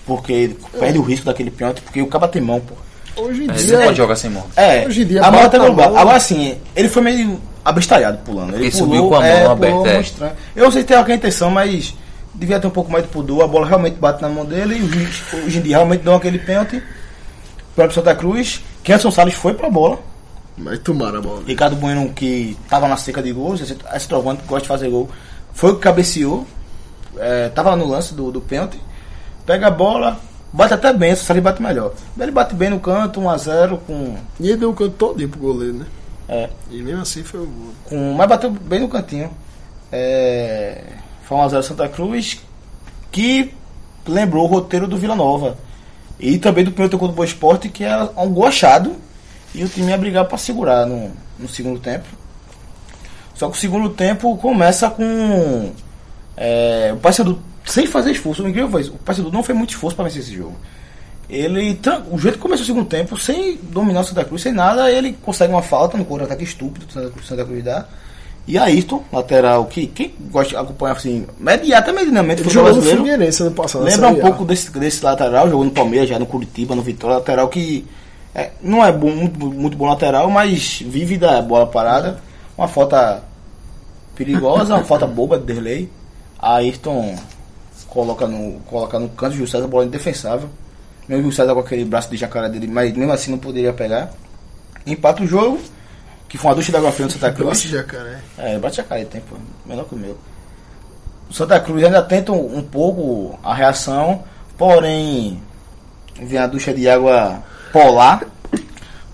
A: porque perde o risco daquele pênalti, porque o cara tem mão, pô.
B: Hoje em
C: É,
B: dia.
C: Ele não pode jogar sem mão.
A: É,
B: Hoje em dia,
A: a
B: bate
A: bola tá
B: na
A: no bar.
B: bola.
A: Agora sim, ele foi meio abestalhado pulando. Ele
C: Ele
A: pulou,
C: subiu com a
A: é,
C: mão
A: pulou,
C: aberta, é.
A: muito estranho. Eu não sei se tem alguma intenção, mas devia ter um pouco mais de pudor. A bola realmente bate na mão dele e o juiz, hoje em dia realmente dão aquele pênalti. O próprio Santa Cruz, Kenson Salles foi pra bola.
B: Mas tomaram é- a bola. né?
A: Ricardo Bueno, que tava na seca de gols, esse esse trovante que gosta de fazer gol, foi o que cabeceou, é, tava no lance do, do pênalti, pega a bola, bate até bem, só ele bate melhor. Ele bate bem no canto, 1x0, com,
B: E ele deu o canto todinho pro goleiro, né?
A: é,
B: E mesmo assim foi o gol.
A: um com. Mas bateu bem no cantinho. É, foi 1x0 Santa Cruz. que lembrou o roteiro do Vila Nova. E também do primeiro contra o Boa Esporte, que era um gochado. E o time ia brigar para segurar no, no segundo tempo. Só que o segundo tempo começa com é, o Paysandu sem fazer esforço. O incrível foi isso. O Paysandu não fez muito esforço para vencer esse jogo. Ele, tra- o jeito que começou o segundo tempo, sem dominar o Santa Cruz, sem nada, ele consegue uma falta no contra-ataque estúpido que o Santa Cruz, Santa Cruz dá. E Ayrton, lateral, que quem gosta de acompanhar assim, imediatamente do
B: Ele
A: futebol
B: jogou no
A: brasileiro,
B: Figueirense um ano passado. na
A: Lembra um
B: Série A.
A: pouco desse, desse lateral, jogou no Palmeiras, já no Curitiba, no Vitória, lateral que é, não é bom, muito, muito bom lateral, mas vive da bola parada. Uma falta perigosa, uma falta boba de Derlei. Ayrton coloca no, coloca no canto, Júlio César, bola indefensável. Mesmo o Júlio César com aquele braço de jacaré dele, mas mesmo assim não poderia pegar. Empata o jogo, que foi uma ducha da água fria no Santa Cruz.
B: Braço de jacaré.
A: É, bate a cara tem, pô. Melhor que o meu. O Santa Cruz ainda tenta um, um pouco a reação, porém vem a ducha de água polar.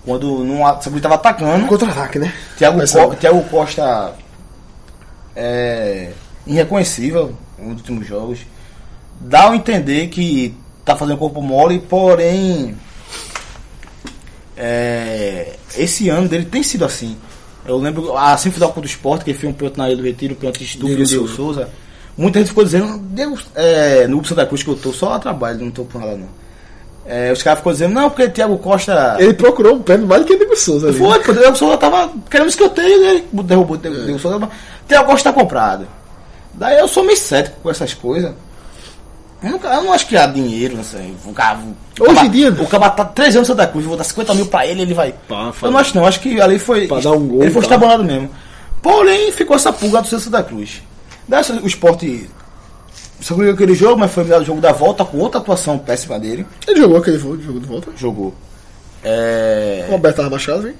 A: Quando não, a- o Santa Cruz estava atacando,
B: Contra-ataque, né?
A: Thiago,
B: Mas,
A: Co-
B: sabe,
A: Thiago Costa é irreconhecível nos últimos jogos. Dá a entender que tá fazendo corpo mole, porém é, esse ano dele tem sido assim. Eu lembro a semifinal contra o Sport, que foi um pênalti na Ilha do Retiro, um pênalti estúpido
B: Diego
A: do Diego
B: Souza.
A: Souza. Muita gente ficou dizendo, Deus, é, no grupo Santa Cruz que eu tô, só a trabalho, não tô por nada não. É, os caras ficam dizendo, não, porque Thiago Costa.
B: Ele procurou o pênalti mais do que o Diego Souza ali.
A: Foi, pô, o Diego Souza tava querendo escanteio, ele derrubou o Diego, Diego Souza. mas Thiago Costa tá comprado. Daí eu sou meio cético com essas coisas. Eu, nunca- eu não acho que há dinheiro, não sei. um O cara, o
B: Hoje
A: cara-
B: em dia-
A: O cara tá três anos no Santa Cruz, vou dar 50 mil pra ele, ele vai.
B: Pá,
A: eu não acho não, acho que ali foi.
B: Pra dar um gol,
A: ele foi
B: tá.
A: estabanado mesmo. Porém, ficou essa pulga do Santa Cruz. Daí o esporte. Só ganhou aquele jogo, mas foi o jogo da volta com outra atuação péssima dele.
B: Ele jogou aquele vo- jogo de volta.
A: Jogou. É...
B: O Roberto tava baixado, hein?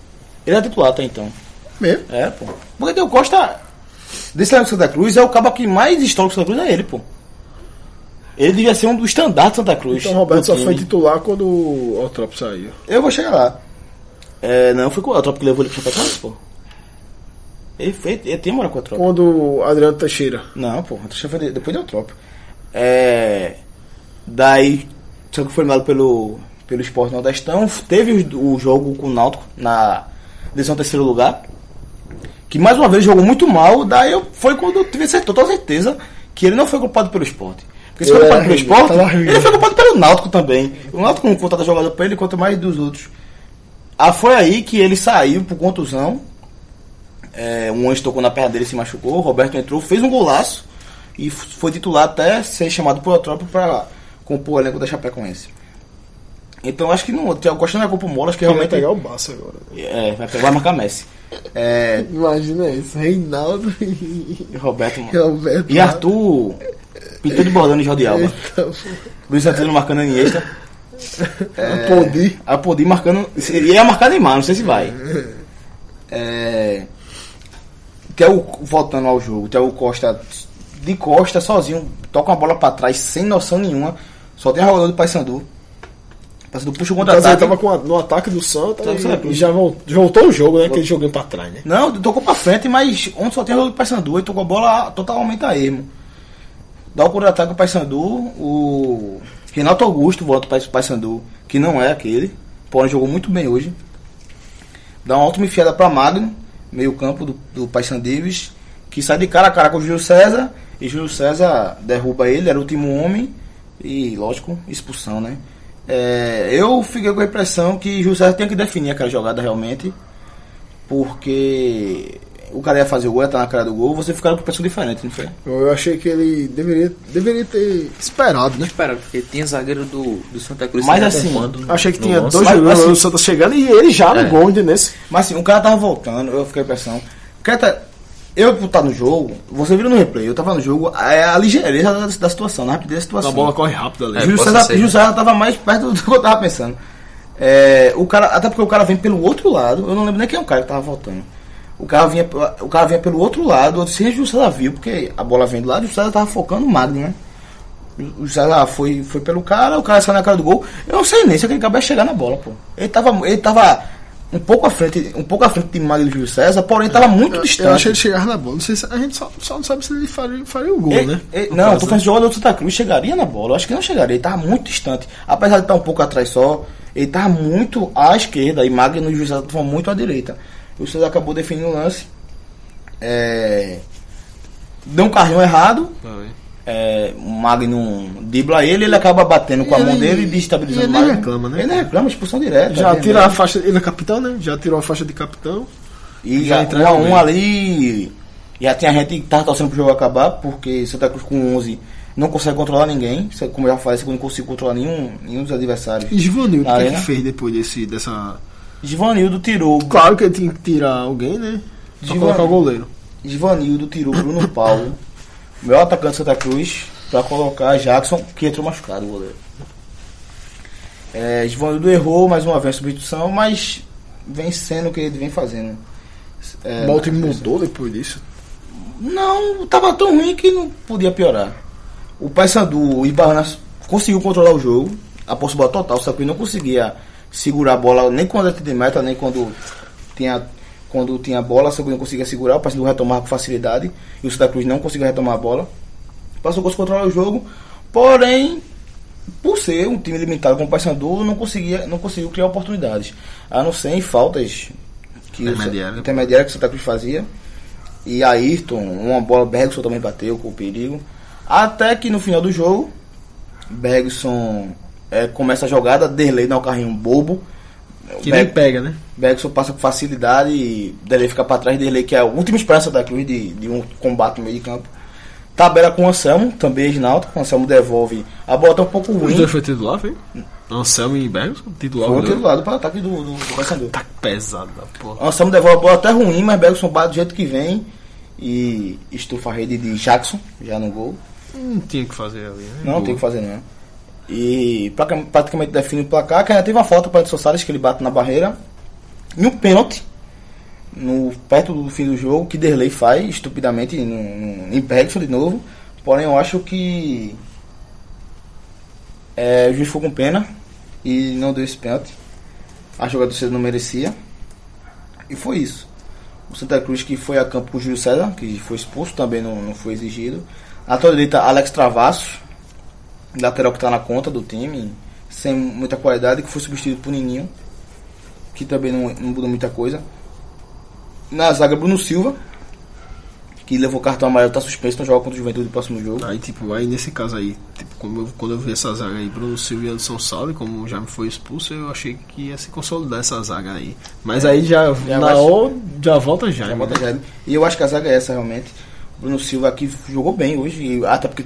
A: Ele é titular até então.
B: Mesmo.
A: É, pô. Porque Diego Costa, desse lado do Santa Cruz, é o cabo que mais estoura com o Santa Cruz, é ele, pô. Ele devia ser um dos estandartes do Santa Cruz.
B: Então o Roberto
A: do
B: só
A: time.
B: foi titular quando o Otrop saiu.
A: Eu vou chegar lá. É, não, foi com a tropa que levou ele pro Santa Cruz, pô. Ele, foi, ele tem moral com a tropa.
B: Quando o Adriano Teixeira.
A: Não, pô, a tropa foi de- depois deu tropa. É. Daí, só que foi formado pelo, pelo Esporte Nordestão. Teve o, o jogo com o Náutico na 13 terceiro lugar. Que mais uma vez jogou muito mal. Daí eu, foi quando eu tive cer- total certeza que ele não foi culpado pelo esporte. Porque se foi
B: Eu
A: culpado pelo
B: arredo,
A: esporte,
B: tava arredo.
A: ele foi culpado pelo Náutico também. O Náutico não contrata jogador pra ele, quanto mais dos outros. Ah, foi aí que ele saiu por contusão. É, um anjo tocou na perna dele e se machucou. O Roberto entrou, fez um golaço e f- foi titular até ser chamado por Eutrópio para compor o elenco da Chapecoense. Então acho que não, o Thiago Costa não é culpa mola, acho que
B: Ele vai
A: realmente.
B: pegar o Baço agora. né?
A: É, vai, pegar- vai marcar Messi. É,
B: Imagina isso. Reinaldo e
A: Roberto.
B: Roberto.
A: E Arthur pintou de bordando e Jordi Alba. Luiz Santana marcando Iniesta.
B: É... Poder.
A: A Podi marcando. é Ele ia marcar Neymar, não sei se vai. É. Thiago, voltando ao jogo, Thiago Costa de costa, sozinho, toca uma bola pra trás, sem noção nenhuma. Só tem a rodada do Paysandu. Paysandu puxa o
B: Mas ele
A: contra-ataque.
B: Então, assim, tava com a- no ataque do Santa
A: Tava com o Santa
B: e, e
A: Cruz.
B: já vol- voltou o jogo, né? Aquele joguinho pra trás, né?
A: Não, tocou pra frente, mas ontem só tem o do Paysandu. Ele tocou a bola totalmente a ermo. Dá o contra-ataque o Paysandu. O Renato Augusto volta para o Paysandu, que não é aquele. Porém, jogou muito bem hoje. Dá uma ótima enfiada pra Magno, meio campo do, do Paysandives, que sai de cara a cara com o Júlio César. E Júlio César derruba ele, era o último homem. E, lógico, expulsão, né? É, eu fiquei com a impressão que Júlio César tem que definir aquela jogada realmente porque o cara ia fazer o gol, ia estar na cara do gol, você ficaram com pressão diferente, não foi?
B: Eu achei que ele deveria, deveria ter esperado, né?
C: Espera, porque tinha zagueiro do, do Santa Cruz
A: Mas
C: se
A: assim,
C: retomando no-
B: Achei que
C: no
B: tinha
C: lance.
B: dois
A: Mas,
B: jogadores
A: assim-
B: do Santa chegando e ele já no
C: É.
B: gol, entendeu?
A: Mas assim, o cara tava voltando, eu fiquei com a impressão. O cara tá- Eu por estar no jogo, você viu no replay, eu tava no jogo, é a, a ligeireza da, da situação, na rapidez da situação.
B: corre rápido ali.
C: É,
A: Júlio
C: possa
A: César,
C: ser,
A: Júlio
C: né?
A: César tava mais perto do que eu tava pensando. É, o cara, até porque o cara vem pelo outro lado, eu não lembro nem quem é o cara que tava voltando. O cara vinha, o cara vinha pelo outro lado, eu disse, Júlio César viu, porque a bola vem do lado e o César tava focando o Magno, né? O César foi, foi pelo cara, o cara saiu na cara do gol. Eu não sei nem se aquele cara vai chegar na bola, pô. Ele tava, ele tava um pouco à frente, um pouco à frente de Magno e Júlio César, porém estava muito
B: Eu-
A: distante.
B: Eu achei ele chegar na bola. Não sei se, a gente só, só não sabe se ele faria, faria o gol,
A: Ele-
B: né?
A: ele-
B: No
A: não,
B: caso,
A: tô
B: né?
A: falando de jogador do Santa Cruz, chegaria na bola. Eu acho que não chegaria, ele tava muito distante. Apesar de estar um pouco atrás só, ele tava muito à esquerda e Magno e o José estavam muito à direita. O César acabou definindo o lance. É, Deu um carrinho errado.
B: Tá bem.
A: É, o Magno dribla ele, ele acaba batendo com a
B: E
A: mão
B: ele-
A: dele e destabilizando
B: e ele
A: o Magno.
B: reclama, né?
A: Ele nem reclama, expulsão direta.
B: Já
A: né?
B: tira a faixa. Ele é capitão, né? Já tirou a faixa de capitão.
A: E
B: Já
A: já,
B: entra
A: um a um
B: também.
A: ali. Já tem a gente que tá torcendo pro jogo acabar, porque Santa Cruz com 11 não consegue controlar ninguém. Você- Como eu já falei, você não consegue controlar nenhum, nenhum dos adversários.
B: E Givanildo, o que, é que
A: Arena.
B: fez depois desse, dessa.
A: Givanildo tirou.
B: Claro que ele tinha que tirar alguém, né? Pra
A: Givan-
B: colocar o goleiro.
A: Givanildo tirou Bruno Paulo, o melhor atacante de Santa Cruz, pra colocar Jackson, que entrou machucado o goleiro. É, Givanildo errou mais uma vez a substituição, mas vem sendo o que ele vem fazendo. É,
B: Mas o time mudou depois disso.
A: Não, tava tão ruim que não podia piorar. O Paysandu, o Ibarranas conseguiu controlar o jogo, a posse de bola total, só que não conseguia segurar a bola nem quando era de meta, nem quando tinha quando tinha a bola, só que não conseguia segurar, o Paysandu retomava com facilidade e o Santa Cruz não conseguia retomar a bola. O Paysandu conseguiu controlar o jogo, porém por ser um time limitado como o Paysandu, não conseguia, não conseguiu criar oportunidades, a não ser em faltas que o-
B: Intermediária.
A: intermediária que o Santa Cruz fazia. E Ayrton, uma bola, Bergson também bateu com o perigo. Até que no final do jogo, Bergson eh, começa a jogada, Derlei dá um carrinho bobo.
B: Que
A: Berg-
B: nem pega, né?
A: Bergson passa com facilidade e Derlei fica pra trás dele, que é a última esperança da Cruz de, de um combate no meio de campo. Tabela com o Anselmo, também Reginaldo. O Anselmo devolve. A bola tá um pouco
B: Os
A: ruim.
B: dois né? foi titular, foi? Anselmo e Bergson, titular.
A: Foi
B: goleiro.
A: do lado para ataque do, do, do Paysandu.
B: Tá pesado da porra.
A: Anselmo devolve a bola até ruim, mas Bergson bate do jeito que vem e estufa a rede de Jackson, já no gol.
B: Não tinha o que fazer ali, né?
A: Não,
B: Boa.
A: tem o que fazer não. E praca- praticamente define o placar, que ainda teve uma falta para o Salles que ele bate na barreira. E um pênalti, no, perto do fim do jogo, que Derlei faz estupidamente no, no, em Bergson de novo. Porém, eu acho que é, o juiz ficou com pena e não deu esse pênalti. A jogadora não merecia. E foi isso. O Santa Cruz que foi a campo com o Júlio César, que foi expulso, também não, não foi exigido. Na tua direita, Alex Travasso, lateral que está na conta do time, sem muita qualidade, que foi substituído por Nininho, que também não, não mudou muita coisa. Na zaga, Bruno Silva, que levou cartão amarelo, está suspenso, não joga contra o Juventude no próximo jogo.
B: Aí, tipo, aí nesse caso aí, tipo, como eu- quando eu vi essa zaga aí, Bruno Silva e Anderson Salve, como já me foi expulso, eu achei que ia se consolidar essa zaga aí. Mas aí já,
A: É, Já
B: na
A: vai-
B: hora, já volta já. né?
A: Já bota Jaime. E eu acho que a zaga é essa realmente. Bruno Silva aqui jogou bem hoje, e até porque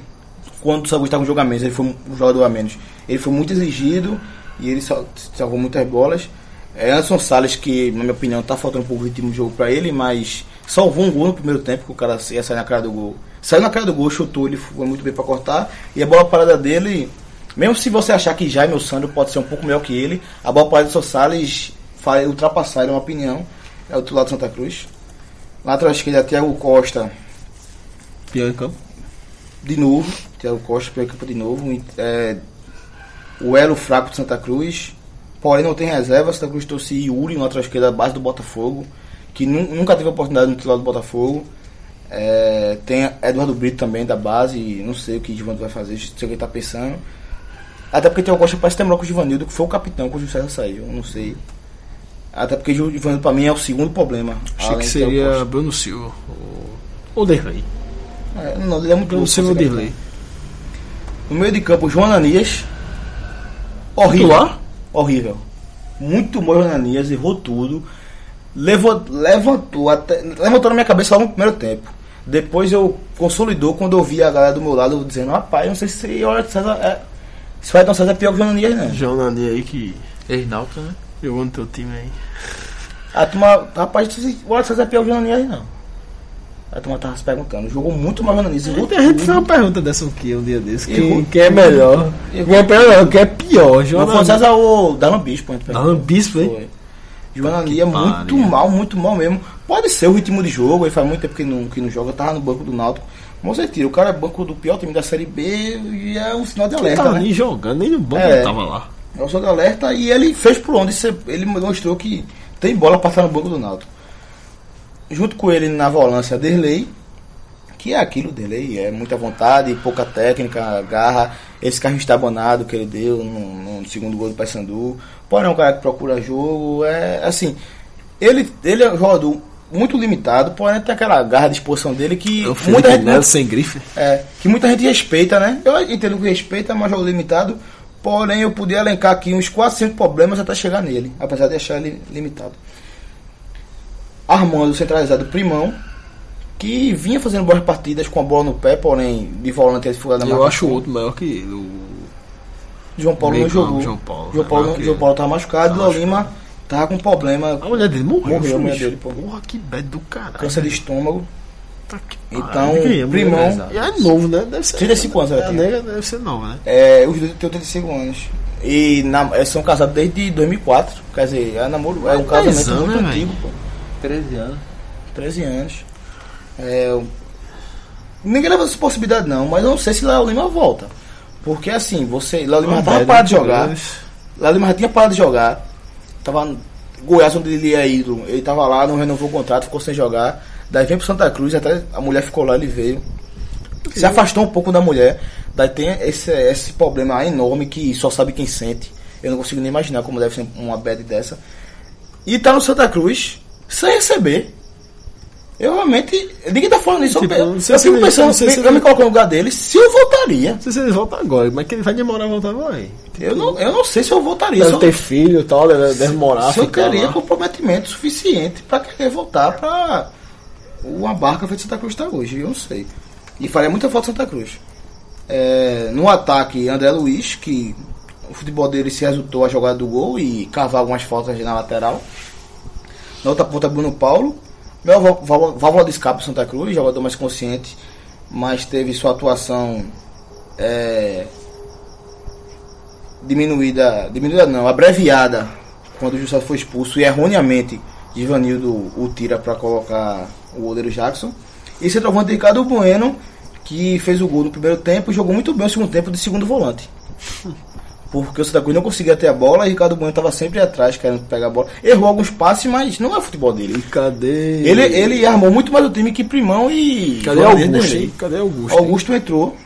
A: quando o Sagu estava com jogo a menos, ele foi um jogador a menos. Ele foi muito exigido e ele sal- salvou muitas bolas. É, Anderson Salles, que na minha opinião tá faltando um pouco de ritmo de jogo para ele, mas salvou um gol no primeiro tempo, que o cara ia sair na cara do gol. Saiu na cara do gol, chutou, ele foi muito bem para cortar. E a bola parada dele, mesmo se você achar que Jaime ou Sandro pode ser um pouco melhor que ele, a bola parada do Anderson Salles faz ultrapassar, ele, na minha opinião. É o outro lado do Santa Cruz. Lateral esquerda, é Thiago Costa
B: Pior em campo.
A: de novo. Thiago Costa pelo campo de novo. E, é, o elo fraco de Santa Cruz. Porém, não tem reserva. Santa Cruz trouxe Yuri, um lateral esquerda, base do Botafogo. Que nu- nunca teve oportunidade no titular do Botafogo. É, tem Eduardo Brito também da base. Não sei o que o Givanildo vai fazer, não sei o que ele tá pensando. Até porque Thiago Costa parece ter melhor com o Givanildo, que foi o capitão quando o César saiu. eu Não sei. Até porque o Givanildo pra mim é o segundo problema.
B: Achei
A: além
B: que
A: de Thiago
B: seria
A: Costa.
B: Bruno Silva ou, ou Derlei.
A: É, não, ele é muito
B: Bruno
A: louco,
B: Silva ou
A: esse cara.
B: Derlei.
A: No meio de campo, João Ananias. Horrível.
B: Titular?
A: Horrível. Muito bom, João Ananias, errou tudo. Levou, levantou, até, levantou na minha cabeça logo no primeiro tempo. Depois eu consolidou quando eu vi a galera do meu lado dizendo, rapaz, não sei se o Ayrton César é. Se o Ayrton César é pior que o João Ananias, não.
B: João Nani aí que
C: Hernaldo, né?
B: jogou no teu time aí.
A: A turma, rapaz, não sei se o Ayrton César é pior que o João Ananias, não. A turma tava se perguntando. Jogou muito mais o João Ananias, errou
B: É, A gente fez
A: tudo.
B: uma pergunta dessa aqui um dia desse. Quem,
A: Errou.
B: quem é melhor?
A: Errou.
B: Quem é melhor? Quem é pior? João
A: Não foi o
B: Nani.
A: César ou Darlan Bispo, né, a gente perguntou.
B: Darlan Tá Bispo, hein?
A: Foi. Joana Lee é
B: que
A: muito
B: pariu.
A: mal, muito mal mesmo. Pode ser o ritmo de jogo, ele faz muito tempo que não, que não joga, tava no banco do Náutico. Mas você tira, o cara é banco do pior time da Série B e é um sinal de
B: Não
A: alerta,
B: tava
A: né?
B: nem jogando, nem no banco
A: É.
B: ele tava lá.
A: É um sinal de alerta e ele fez por onde, isso é- ele mostrou que Tem bola pra estar no banco do Náutico. Junto com ele na volância, Derlei, que é aquilo Derlei, é muita vontade, pouca técnica, garra, esse carro estabanado que ele deu no, no segundo gol do Paysandu. Porém, é um cara que procura jogo, é assim, ele, ele é um jogador muito limitado, porém tem aquela garra, disposição dele que
B: É o Felipe
A: muita gente não
B: Melo sem grife.
A: é, que muita gente respeita, né? Eu entendo que respeita, mas jogo limitado. Porém, eu podia elencar aqui uns 4, 5 problemas até chegar nele, apesar de achar ele limitado. Armando, centralizado, primão, que vinha fazendo boas partidas com a bola no pé, porém, de volante ele ficou na
B: Eu
A: marcação.
B: acho o outro maior que ele. O...
A: João Paulo não
B: Negão,
A: jogou.
B: João Paulo,
A: João
B: né?
A: Paulo,
B: Maior que
A: João
B: ele.
A: Paulo tava machucado,
B: Tá
A: Léo Lima tava com problema,
B: A mulher dele morreu,
A: Morreu,
B: foi,
A: a mulher
B: bicho.
A: dele, pô.
B: Porra, que bad do caralho.
A: câncer de estômago.
B: Puta que
A: Então,
B: pariu. Quem é? Mulher
A: primão.
B: pesada. E é novo, né? Deve ser.
A: 35 anos ela
B: A
A: tem.
B: nega deve ser nova, né?
A: É, os dois têm 35 anos. E na- eles são casados desde 2004. Quer dizer, é, namoro, é um
B: Dez
A: casamento
B: anos,
A: muito
B: né,
A: antigo, pô.
C: 13 anos.
A: 13 anos. É, eu- ninguém leva essa possibilidade, não, mas eu não sei se Léo Lima volta. Porque assim, você. Léo
B: Ah,
A: Lima já tava
B: né?
A: parado de jogar. Léo Lima já tinha parado de jogar. Tava. Goiás, onde ele ia ido, ele tava lá, não renovou o contrato, ficou sem jogar. Daí vem pro Santa Cruz, até a mulher ficou lá, ele veio. Se afastou um pouco da mulher. Daí tem esse, esse problema enorme que só sabe quem sente. Eu não consigo nem imaginar como deve ser uma bad dessa. E tá no Santa Cruz, sem receber. Eu realmente. Ninguém tá falando isso.
B: Tipo,
A: eu,
B: não
A: eu
B: sei se
A: fico
B: ele-
A: pensando,
B: não sei se
A: eu
B: ele-
A: me coloco no lugar dele, se eu voltaria.
B: Não sei se ele volta agora, mas que ele vai demorar a voltar, vai.
A: Eu não, eu não sei se eu voltaria. se
B: Deve
A: eu-
B: ter filho e tal, deve deve morar.
A: Se eu
B: ficar
A: queria
B: lá.
A: comprometimento suficiente para querer voltar para uma barca feita Santa Cruz está hoje, eu não sei. E faria muita falta Santa Cruz. É, no ataque, André Luiz, que o futebol dele se resultou a jogada do gol e cavar algumas faltas na lateral. Na outra ponta, Bruno Paulo. Melhor vá- vá- válvula de escape do Santa Cruz, jogador mais consciente, mas teve sua atuação é, diminuída, diminuída não, abreviada quando o Jussado foi expulso e erroneamente Givanildo o tira para colocar o goleiro Jackson. E centroavante Ricardo Bueno, que fez o gol no primeiro tempo e jogou muito bem o segundo tempo de segundo volante. Porque o Santa Cruz não conseguia ter a bola e Ricardo Bueno estava sempre atrás querendo pegar a bola. Errou alguns passes, mas não é o futebol dele.
B: E cadê.
A: Ele, ele armou muito mais o time que Primão e.
B: Cadê Augusto? hein? Cadê Augusto? hein?
A: Augusto entrou.